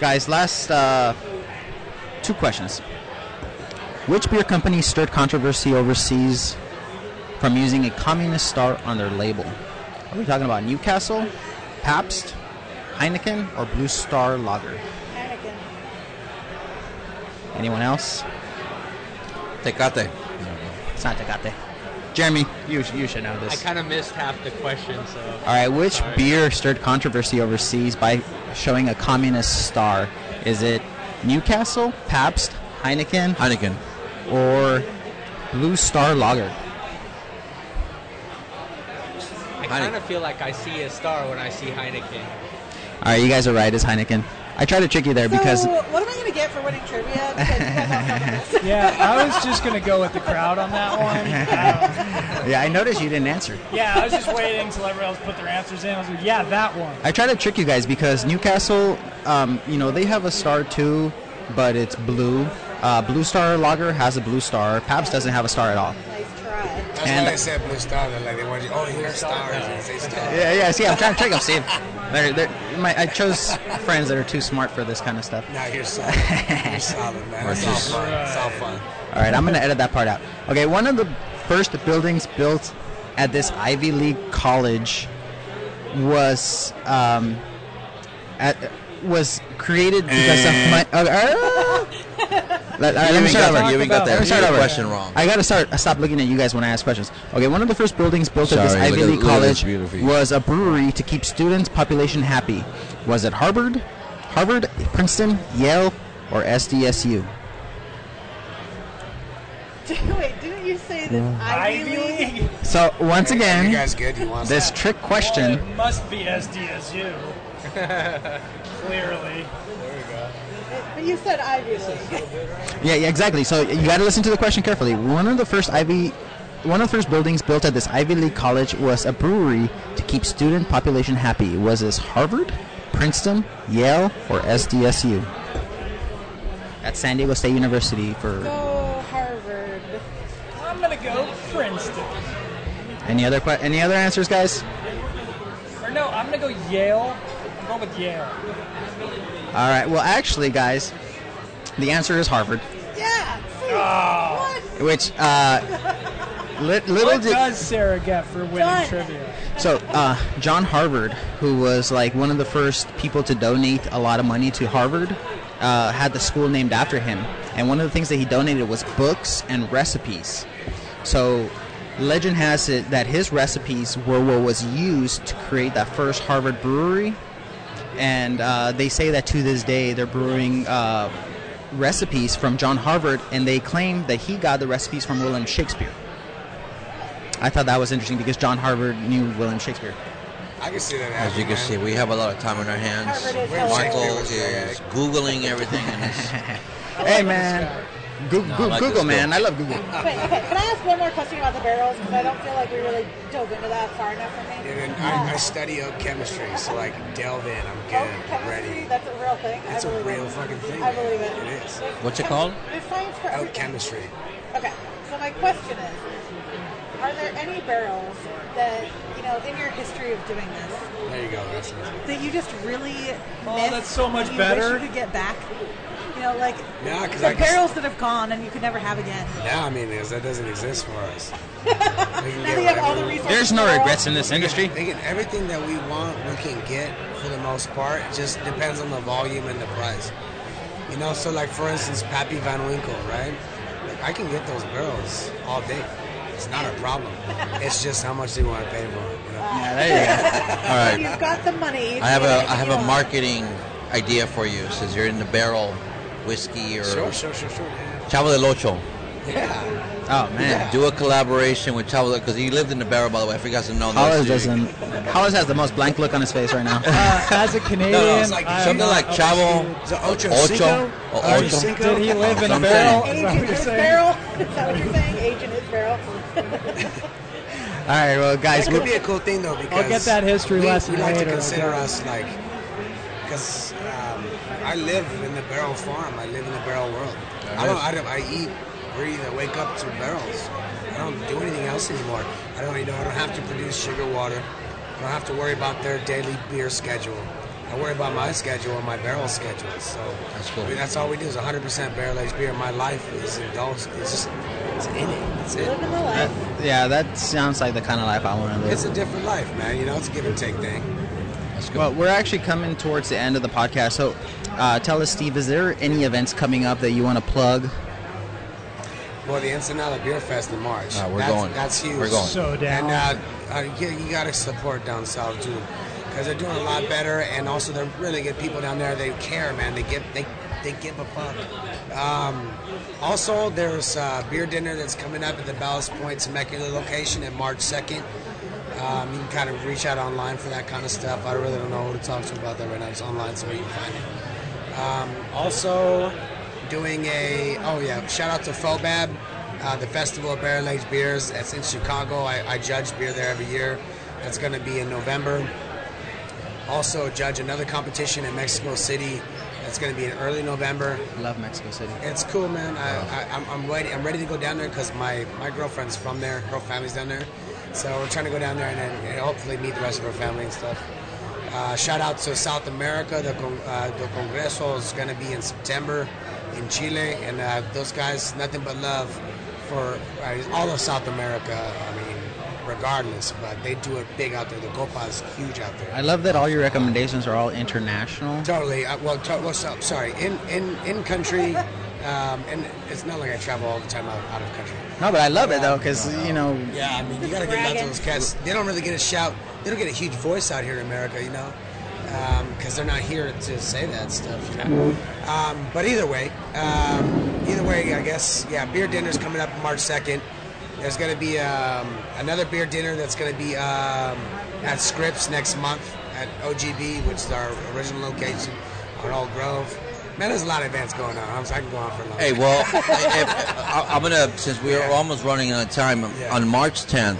Speaker 1: Guys, last uh, two questions. Which beer company stirred controversy overseas from using a communist star on their label? Are we talking about Newcastle, Pabst, Heineken, or Blue Star Lager?
Speaker 4: Anakin.
Speaker 1: Anyone else?
Speaker 2: Tecate.
Speaker 1: It's not Tecate. Jeremy, you, you should know
Speaker 7: I
Speaker 1: this.
Speaker 7: kind of missed half the question, so.
Speaker 1: All right, which
Speaker 7: Sorry.
Speaker 1: beer stirred controversy overseas by showing a communist star? Is it Newcastle, Pabst, Heineken,
Speaker 2: Heineken.
Speaker 1: or Blue Star Lager?
Speaker 7: I kind of feel like I see a star when I see Heineken.
Speaker 1: All right, you guys are right. It's Heineken. I tried to trick you there
Speaker 4: So,
Speaker 1: because
Speaker 4: what am I going to get for winning trivia? Because you guys all suck at this.
Speaker 6: Yeah, I was just gonna go with the crowd on that one. Um,
Speaker 1: yeah, I noticed you didn't answer.
Speaker 6: yeah, I was just waiting until everyone else put their answers in. I was like, yeah, that one.
Speaker 1: I try to trick you guys because Newcastle, um, you know, they have a star too, but it's blue. Uh, blue Star Lager has a blue star. Pabst doesn't have a star at all.
Speaker 4: Nice try.
Speaker 5: That's
Speaker 1: And-
Speaker 5: why they said blue star. They're like they want you. Oh, here's stars. And say stars.
Speaker 1: Yeah, yeah. See, I'm trying to trick them. See, they're, they're, my, I chose friends that are too smart for this kind of stuff.
Speaker 5: Now you're solid. You're solid, man. It's all
Speaker 2: Versus-
Speaker 5: fun. It's all fun.
Speaker 1: All right, I'm going to edit that part out. Okay, one of the first buildings built at this Ivy League college was um, at, was created because of
Speaker 2: Eh.
Speaker 1: money. let, all right, let
Speaker 2: You
Speaker 1: me
Speaker 2: even
Speaker 1: start
Speaker 2: got-
Speaker 1: over.
Speaker 2: you even
Speaker 1: Let
Speaker 2: got that
Speaker 1: me start
Speaker 2: real
Speaker 1: over.
Speaker 2: question wrong.
Speaker 1: I gotta start. Stop looking at you guys when I ask questions. Okay, one of the first buildings built at this
Speaker 2: Sorry,
Speaker 1: Ivy
Speaker 2: look at-
Speaker 1: League
Speaker 2: look at this
Speaker 1: college
Speaker 2: beautiful.
Speaker 1: was a brewery to keep students' population happy. Was it Harvard, Harvard, Princeton, Yale, or SDSU?
Speaker 4: Wait, didn't you say this Ivy
Speaker 6: Ivy
Speaker 4: League?
Speaker 6: League.
Speaker 1: So once
Speaker 5: You
Speaker 1: again,
Speaker 5: guys good? You want
Speaker 1: this
Speaker 5: that?
Speaker 1: trick question.
Speaker 6: It must be SDSU. Clearly.
Speaker 4: But you said Ivy League.
Speaker 1: Yeah, yeah, exactly. So you got to listen to the question carefully. One of the first Ivy, one of the first buildings built at this Ivy League college was a brewery to keep student population happy. Was this Harvard, Princeton, Yale, or SDSU? At San Diego State University for
Speaker 4: Go Oh, Harvard.
Speaker 6: I'm gonna go Princeton.
Speaker 1: any other que- any other answers, guys?
Speaker 6: Or no, I'm gonna go Yale. I'm going with Yale.
Speaker 1: All right. Well, actually, guys, the answer is Harvard,
Speaker 4: Yeah. See,
Speaker 5: Ah.
Speaker 4: what?
Speaker 1: which uh, li- little
Speaker 6: What
Speaker 1: did.
Speaker 6: does Sarah get for winning
Speaker 4: Done.
Speaker 6: trivia?
Speaker 1: So, uh, John Harvard, who was like one of the first people to donate a lot of money to Harvard, uh, had the school named after him. And one of the things that he donated was books and recipes. So, legend has it that his recipes were what was used to create that first Harvard brewery. And uh, they say that to this day they're brewing uh, recipes from John Harvard, and they claim that he got the recipes from William Shakespeare. I thought that was interesting because John Harvard knew William Shakespeare.
Speaker 5: I can see that happening.
Speaker 2: As you can
Speaker 5: man.
Speaker 2: see, we have a lot of time on our hands.
Speaker 4: Harvard is hella
Speaker 2: Marco
Speaker 5: good.
Speaker 2: is googling everything, and it's,
Speaker 1: Hey man, Goo-
Speaker 2: No, I
Speaker 1: Goo-
Speaker 2: like this
Speaker 1: Google
Speaker 2: guy.
Speaker 1: man, I love Google.
Speaker 4: Wait, okay, can I ask one more question about the barrels? Because I don't feel like we really dove into that far enough for me. Uh,
Speaker 5: And then I, I study oak chemistry, so like delve in. I'm
Speaker 4: Oh,
Speaker 5: good.
Speaker 4: chemistry,
Speaker 5: Ready.
Speaker 4: that's a real thing.
Speaker 5: It's
Speaker 4: I
Speaker 5: a
Speaker 4: believe
Speaker 5: real
Speaker 4: it.
Speaker 5: fucking thing.
Speaker 4: I believe it.
Speaker 5: It is.
Speaker 4: There's
Speaker 2: What's it
Speaker 4: chem-
Speaker 2: called?
Speaker 4: There's science for
Speaker 5: Oak
Speaker 4: everything.
Speaker 5: chemistry.
Speaker 4: Okay, so my question is, are there any barrels that, you know, in your history of doing this,
Speaker 5: There you go. That's it.
Speaker 4: that you just really
Speaker 6: Oh,
Speaker 4: missed
Speaker 6: that's so much
Speaker 4: and You
Speaker 6: better.
Speaker 4: wish you could get back. You know, like
Speaker 5: Nah, 'cause
Speaker 4: the
Speaker 5: I can-
Speaker 4: barrels that have gone and you could never have again.
Speaker 5: Now I mean is that doesn't exist for us. We can
Speaker 4: Now
Speaker 5: get
Speaker 4: that you have all the
Speaker 5: whatever we-
Speaker 4: resources.
Speaker 7: There's no
Speaker 4: in the world,
Speaker 7: regrets in this industry.
Speaker 5: I think everything that we want, we can get for the most part. It just depends on the volume and the price. You know, so like for instance, Pappy Van Winkle, right? Like I can get those barrels all day. It's not a problem. It's just how much they want to pay for it. You know?
Speaker 1: Yeah, there you
Speaker 2: all right.
Speaker 4: You've got the money. you
Speaker 2: I have
Speaker 4: can
Speaker 2: a
Speaker 4: get
Speaker 2: I
Speaker 4: anything
Speaker 2: have
Speaker 4: you
Speaker 2: a
Speaker 4: want.
Speaker 2: marketing idea for you. Since you're in the barrel whiskey or
Speaker 5: Sure, sure, sure, sure. Yeah.
Speaker 2: Chavo del Ocho,
Speaker 5: Yeah.
Speaker 1: go. Oh man,
Speaker 2: do a collaboration with Chavo because he lived in the barrel. By the way, if you guys didn't know,
Speaker 1: Hollis
Speaker 2: this, you-
Speaker 1: doesn't. Hollis has the most blank look on his face right now.
Speaker 6: Uh, as a Canadian,
Speaker 5: it's like-
Speaker 6: I am
Speaker 2: something
Speaker 6: not
Speaker 2: like
Speaker 6: up to
Speaker 2: Chavo.
Speaker 5: Is it Ocho,
Speaker 2: Ocho?
Speaker 5: Cinco?
Speaker 2: Oh,
Speaker 5: Ocho
Speaker 2: Ocho.
Speaker 5: Cinco?
Speaker 6: Did he live in a
Speaker 2: Something.
Speaker 6: barrel? Is that
Speaker 4: Age in
Speaker 6: what you're
Speaker 4: his
Speaker 6: saying?
Speaker 4: barrel. Is that what you're saying? Age in his barrel.
Speaker 1: All right, well guys,
Speaker 5: It would
Speaker 1: we-
Speaker 5: be a cool thing though because
Speaker 6: get that history
Speaker 5: we,
Speaker 6: lesson
Speaker 5: We like
Speaker 6: later,
Speaker 5: to consider
Speaker 6: okay.
Speaker 5: us like because um, I live in the barrel farm. I live in the barrel world. I don't. I, don't, I eat, breathe, I wake up to barrels. I don't do anything else anymore. I don't. You know. I don't have to produce sugar water. I don't have to worry about their daily beer schedule. I worry about my schedule and my barrel schedule. So
Speaker 2: That's cool.
Speaker 5: I mean, that's all we do is 100% barrel aged beer. My life is indulged. It's just it's in it. It's it.
Speaker 4: Living the life.
Speaker 1: yeah, that sounds like the kind of life I want to live.
Speaker 5: It's a different life, man. You know, it's a give and take thing.
Speaker 2: Let's go.
Speaker 1: Well, we're actually coming towards the end of the podcast, so uh, tell us, Steve, is there any events coming up that you want to plug?
Speaker 5: Well, the Ensenada Beer Fest in March.
Speaker 2: Ah, we're
Speaker 5: that's,
Speaker 2: going.
Speaker 5: That's huge.
Speaker 2: We're going.
Speaker 6: So down.
Speaker 5: And uh, uh, you, you got to support down south too, because they're doing a lot better, and also they're really good people down there. They care, man. They give they they give a fuck. Um, also, there's a beer dinner that's coming up at the Ballast Point Temecula location at March 2nd. Um, you can kind of reach out online for that kind of stuff. I really don't know who to talk to about that right now. It's online, so you can find it. Um, also, doing a oh yeah, shout out to Fobab, uh, the Festival of Barrel Aged Beers. That's in Chicago. I, I judge beer there every year. That's going to be in November. Also, judge another competition in Mexico City. That's going to be in early November.
Speaker 1: Love Mexico City.
Speaker 5: It's cool, man. I, I, I'm, I'm ready. I'm ready to go down there because my, my girlfriend's from there. Her family's down there, so we're trying to go down there and, then and hopefully meet the rest of her family and stuff. Uh, shout out to South America. The con- uh, the Congreso is going to be in September in Chile, and uh, those guys nothing but love for uh, all of South America. I mean, regardless, but they do it big out there. The Copa is huge out there.
Speaker 1: I love that all your recommendations are all international.
Speaker 5: Totally. Uh, well, to- well, so, sorry. In in in country, um, and it's not like I travel all the time out, out of country.
Speaker 1: No, but I love it though because you know
Speaker 5: Yeah, I mean, you gotta get lots of those cats. They don't really get a shout. They don't get a huge voice out here in America, you know, because they're not here to say that stuff. You know?
Speaker 2: Mm-hmm.
Speaker 5: um, but either way, um, either way, I guess yeah. Beer dinner's coming up March second. There's gonna be um, another beer dinner that's gonna be um, at Scripps next month at OGB, which is our original location on Old Grove. Man, there's a lot of events going on. I'm, I can go on for a long.
Speaker 2: Hey, well, I- if- I- I'm gonna since we're
Speaker 5: Yeah.
Speaker 2: almost running out of time
Speaker 5: Yeah.
Speaker 2: on March 10th.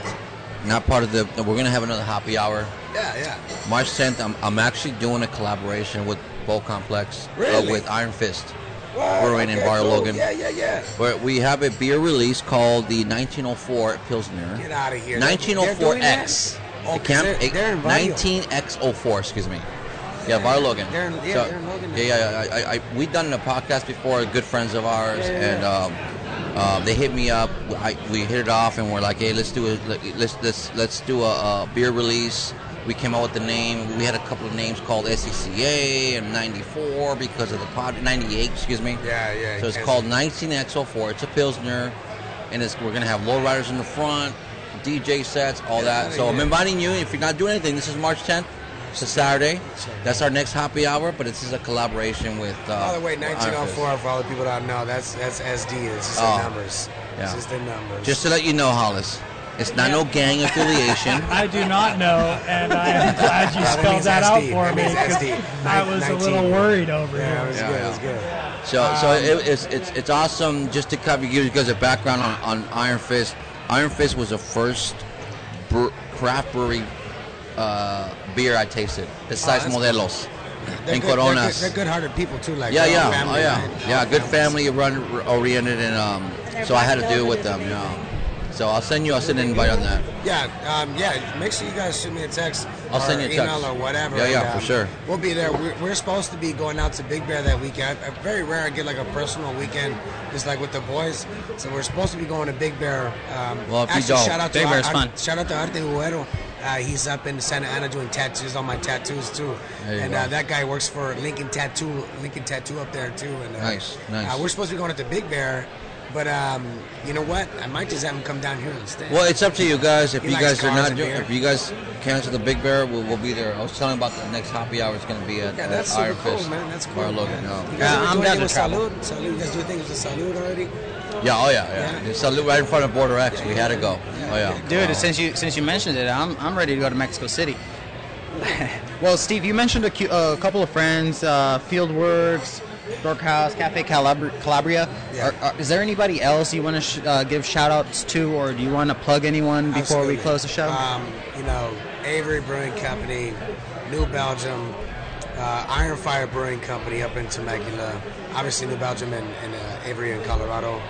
Speaker 2: Not part of the. We're gonna have another happy hour.
Speaker 5: Yeah, yeah.
Speaker 2: March 10th. I'm, I'm actually doing a collaboration with Bowl Complex uh,
Speaker 5: Really?
Speaker 2: with Iron Fist.
Speaker 5: Wow,
Speaker 2: Brewing in
Speaker 5: okay,
Speaker 2: Bar
Speaker 5: cool.
Speaker 2: Logan.
Speaker 5: Yeah, yeah, yeah.
Speaker 2: Where we have a beer release called the 1904 Pilsner.
Speaker 5: Get outta here. They're doing
Speaker 2: 1904X.
Speaker 5: that? Oh,
Speaker 2: It can't-
Speaker 5: They're-
Speaker 2: it-
Speaker 5: they're in Valle.
Speaker 2: 19X04, excuse me. Yeah, Bar Logan.
Speaker 5: They're in- yeah, they're in Logan now.
Speaker 2: Yeah, yeah, yeah. I, I, I, we've done a podcast before, good friends of ours, and um, uh, they hit me up. I, we hit it off, and we're like, hey, let's do a let's let's let's do a, a beer release. We came out with the name. We had a couple of names called SECA and 94 because of the pod 98, excuse me.
Speaker 5: Yeah, yeah,
Speaker 2: So it's
Speaker 5: yes.
Speaker 2: called 19X04. It's a pilsner, and it's we're gonna have lowriders in the front, DJ sets, all that. So I'm inviting you. If you're not doing anything, this is March 10th. It's a Saturday. That's our next happy hour, but this is a collaboration with. Uh,
Speaker 5: By the way,
Speaker 2: Iron Fist.
Speaker 5: 1904. For all the people that don't know, that's that's SD. It's just
Speaker 2: Oh,
Speaker 5: the numbers.
Speaker 2: yeah.
Speaker 5: It's just the numbers.
Speaker 2: Just to let you know, Hollis, it's not no gang affiliation.
Speaker 6: I do not know, and I am glad you
Speaker 5: That
Speaker 6: spelled
Speaker 5: means
Speaker 6: that out
Speaker 5: SD.
Speaker 6: for
Speaker 5: That
Speaker 6: me.
Speaker 5: means
Speaker 6: 'cause
Speaker 5: SD.
Speaker 6: I
Speaker 5: Nin-
Speaker 6: was a
Speaker 5: 19.
Speaker 6: little worried over
Speaker 5: Yeah, it
Speaker 6: here.
Speaker 5: was
Speaker 2: Yeah,
Speaker 5: good.
Speaker 2: yeah.
Speaker 5: It was good.
Speaker 2: So,
Speaker 5: Um,
Speaker 2: so it, it's, it's it's awesome just to cover you because of background on, on Iron Fist. Iron Fist was the first bre- craft brewery uh, beer I tasted besides
Speaker 5: Oh, that's
Speaker 2: Modelos
Speaker 5: They're
Speaker 2: and
Speaker 5: good- they're good,
Speaker 2: Coronas.
Speaker 5: they're good-hearted people too. Like
Speaker 2: Yeah,
Speaker 5: they're all
Speaker 2: yeah,
Speaker 5: family,
Speaker 2: oh, yeah,
Speaker 5: right?
Speaker 2: yeah.
Speaker 5: All
Speaker 2: Good
Speaker 5: families.
Speaker 2: family run oriented, and um,
Speaker 4: their
Speaker 2: so I had to
Speaker 4: black
Speaker 2: deal
Speaker 4: velvet
Speaker 2: with
Speaker 4: is
Speaker 2: them. You know.
Speaker 4: amazing.
Speaker 2: So I'll send you. I'll send an invite on that.
Speaker 5: Yeah, um, yeah. Make sure you guys shoot me a text.
Speaker 2: I'll
Speaker 5: or
Speaker 2: send you a text.
Speaker 5: email or whatever.
Speaker 2: Yeah, yeah,
Speaker 5: and,
Speaker 2: for
Speaker 5: um,
Speaker 2: sure.
Speaker 5: We'll be there. We're, we're supposed to be going out to Big Bear that weekend. Uh, Very rare I get like a personal weekend, just like with the boys. So we're supposed to be going to Big Bear. Um,
Speaker 2: Well, if you
Speaker 5: actually,
Speaker 2: don't,
Speaker 5: shout out
Speaker 1: Big
Speaker 5: to
Speaker 1: Bear's
Speaker 5: Ar- Ar-
Speaker 1: fun.
Speaker 5: Shout out to Arte Huero. Uh, he's up in Santa Ana doing tattoos on my tattoos too,
Speaker 2: There you
Speaker 5: and
Speaker 2: go.
Speaker 5: uh, that guy works for Lincoln Tattoo, Lincoln Tattoo up there too. And uh,
Speaker 2: Nice, nice.
Speaker 5: Uh, we're supposed to be going to Big Bear, but um, you know what? I might just have him come down here instead.
Speaker 2: Well, it's up to you guys. If
Speaker 5: He
Speaker 2: you
Speaker 5: likes
Speaker 2: guys are
Speaker 5: cars
Speaker 2: not
Speaker 5: and
Speaker 2: doing,
Speaker 5: beer.
Speaker 2: if you guys cancel the Big Bear, we'll, we'll be there. I was telling about the next happy hour. It's going to be at,
Speaker 5: Yeah,
Speaker 2: at
Speaker 5: that's
Speaker 2: Iron
Speaker 5: super cool,
Speaker 2: Fist.
Speaker 5: man. That's cool.
Speaker 2: Bar Logan.
Speaker 5: man.
Speaker 2: No.
Speaker 5: You guys
Speaker 1: Yeah,
Speaker 5: ever
Speaker 1: I'm
Speaker 5: do
Speaker 1: down
Speaker 5: anything
Speaker 1: to
Speaker 5: with
Speaker 1: travel.
Speaker 5: Salud? Salud, you guys do things with Salud already?
Speaker 2: Yeah, oh yeah, yeah.
Speaker 5: Yeah.
Speaker 2: It's a little right in front of Border X. We had to go. Oh yeah,
Speaker 1: Dude, since you since you mentioned it, I'm, I'm ready to go to Mexico City. well, Steve, you mentioned a, cu- a couple of friends, uh, Fieldworks, Brookhouse, Cafe Calabria. Calabria.
Speaker 5: Yeah.
Speaker 1: Are, are, is there anybody else you want to sh- uh, give shout outs to, or do you want to plug anyone before
Speaker 5: Absolutely.
Speaker 1: we close the show?
Speaker 2: Uh,
Speaker 5: Um, you know, Avery Brewing Company, New Belgium, uh, Iron Fire Brewing Company up in Temecula, obviously New Belgium and, and uh, Avery in Colorado.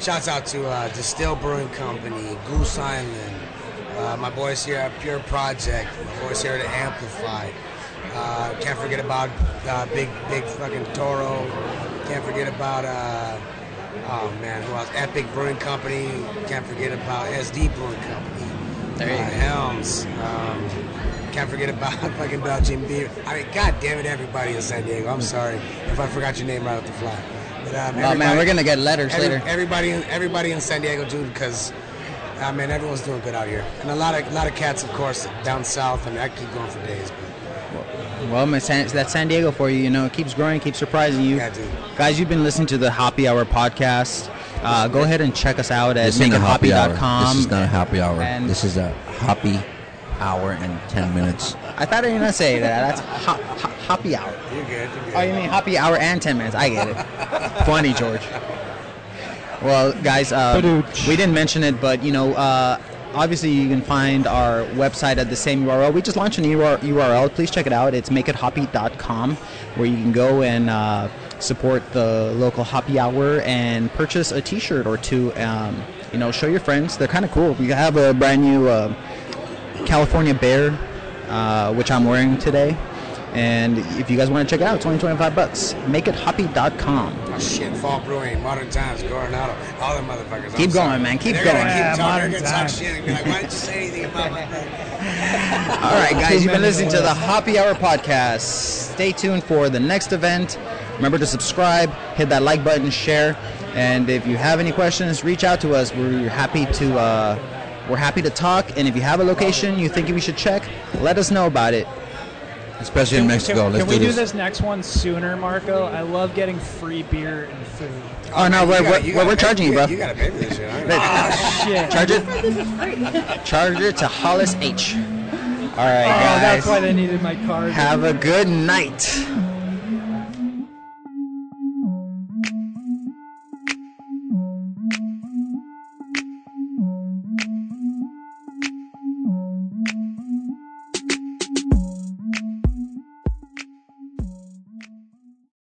Speaker 5: Shouts out to uh, Distill Brewing Company, Goose Island, uh, my boys here at Pure Project, my boys here at Amplify. Uh, can't forget about uh, Big Big fucking Toro. Can't forget about uh, Oh man, who else? Epic Brewing Company. Can't forget about SD Brewing Company.
Speaker 1: There you
Speaker 5: uh,
Speaker 1: go.
Speaker 5: Helms. Um, can't forget about fucking Belgian beer. I mean, god damn it, everybody in San Diego. I'm sorry if I forgot your name right off the fly.
Speaker 1: oh
Speaker 5: But, um,
Speaker 1: man,
Speaker 5: everybody-
Speaker 1: we're gonna get letters
Speaker 5: every-
Speaker 1: later.
Speaker 5: Everybody, in, everybody in San Diego, dude, because I mean, everyone's doing good out here, and a lot of, a lot of cats, of course, down south. I mean, I keep going for days, but
Speaker 1: Well, my San, that's San Diego for you. You know, it keeps growing, keeps surprising you.
Speaker 5: Yeah, dude.
Speaker 1: Guys, you've been listening to the Hoppy Hour podcast. Uh, go ahead and check us out at
Speaker 2: This isn't a happy hour.
Speaker 1: makeithoppy.com.
Speaker 2: This is not a happy hour.
Speaker 1: And-
Speaker 2: This is a happy hour and ten minutes.
Speaker 1: I thought I did not say that. That's hop, hop, hoppy hour.
Speaker 5: You're good. You're good.
Speaker 1: Oh, you mean happy hour and 10 minutes. I get it. Funny, George. Well, guys, um,
Speaker 3: Badooch.
Speaker 1: we didn't mention it, but, you know, uh, obviously you can find our website at the same URL. We just launched an UR- URL. Please check it out. It's makeithoppy.com, where you can go and uh, support the local hoppy hour and purchase a T-shirt or two. Um, you know, show your friends. They're kind of cool. You have a brand new... Uh, California Bear, uh, which I'm wearing today. And if you guys want to check it out, it's only 25 bucks. MakeItHoppy.com.
Speaker 5: Oh, shit, Fall Brewing, Modern Times, Coronado, all them motherfuckers. I'm
Speaker 1: Keep
Speaker 5: sorry.
Speaker 1: going, man. Keep
Speaker 5: They're
Speaker 1: going.
Speaker 5: Gonna keep
Speaker 3: Yeah,
Speaker 5: talking.
Speaker 3: Modern
Speaker 5: They're gonna talk
Speaker 3: Times.
Speaker 5: shit and be like, why didn't you say anything about my brother?
Speaker 1: All right, guys, you've been
Speaker 3: many
Speaker 1: listening to the Hoppy Hour podcast. Stay tuned for the next event. Remember to subscribe, hit that like button, share, and if you have any questions, reach out to us. We're happy to uh, we're happy to talk. And if you have a location you think we should check, let us know about it.
Speaker 2: especially in Mexico.
Speaker 3: Can,
Speaker 2: Let's
Speaker 3: can we
Speaker 2: do
Speaker 3: do
Speaker 2: this.
Speaker 3: this next one sooner, Marco? I love getting free beer and food.
Speaker 1: Oh, no,
Speaker 5: You
Speaker 1: we're,
Speaker 5: gotta-
Speaker 1: we're,
Speaker 5: you
Speaker 1: we're,
Speaker 5: gotta pay-
Speaker 1: charging you, bro.
Speaker 5: You gotta pay for this shit, aren't you?
Speaker 3: Oh, shit.
Speaker 1: Charge it. Charge it to Hollis H. All right,
Speaker 3: Oh,
Speaker 1: guys.
Speaker 3: that's why they needed my card.
Speaker 1: Have a good night.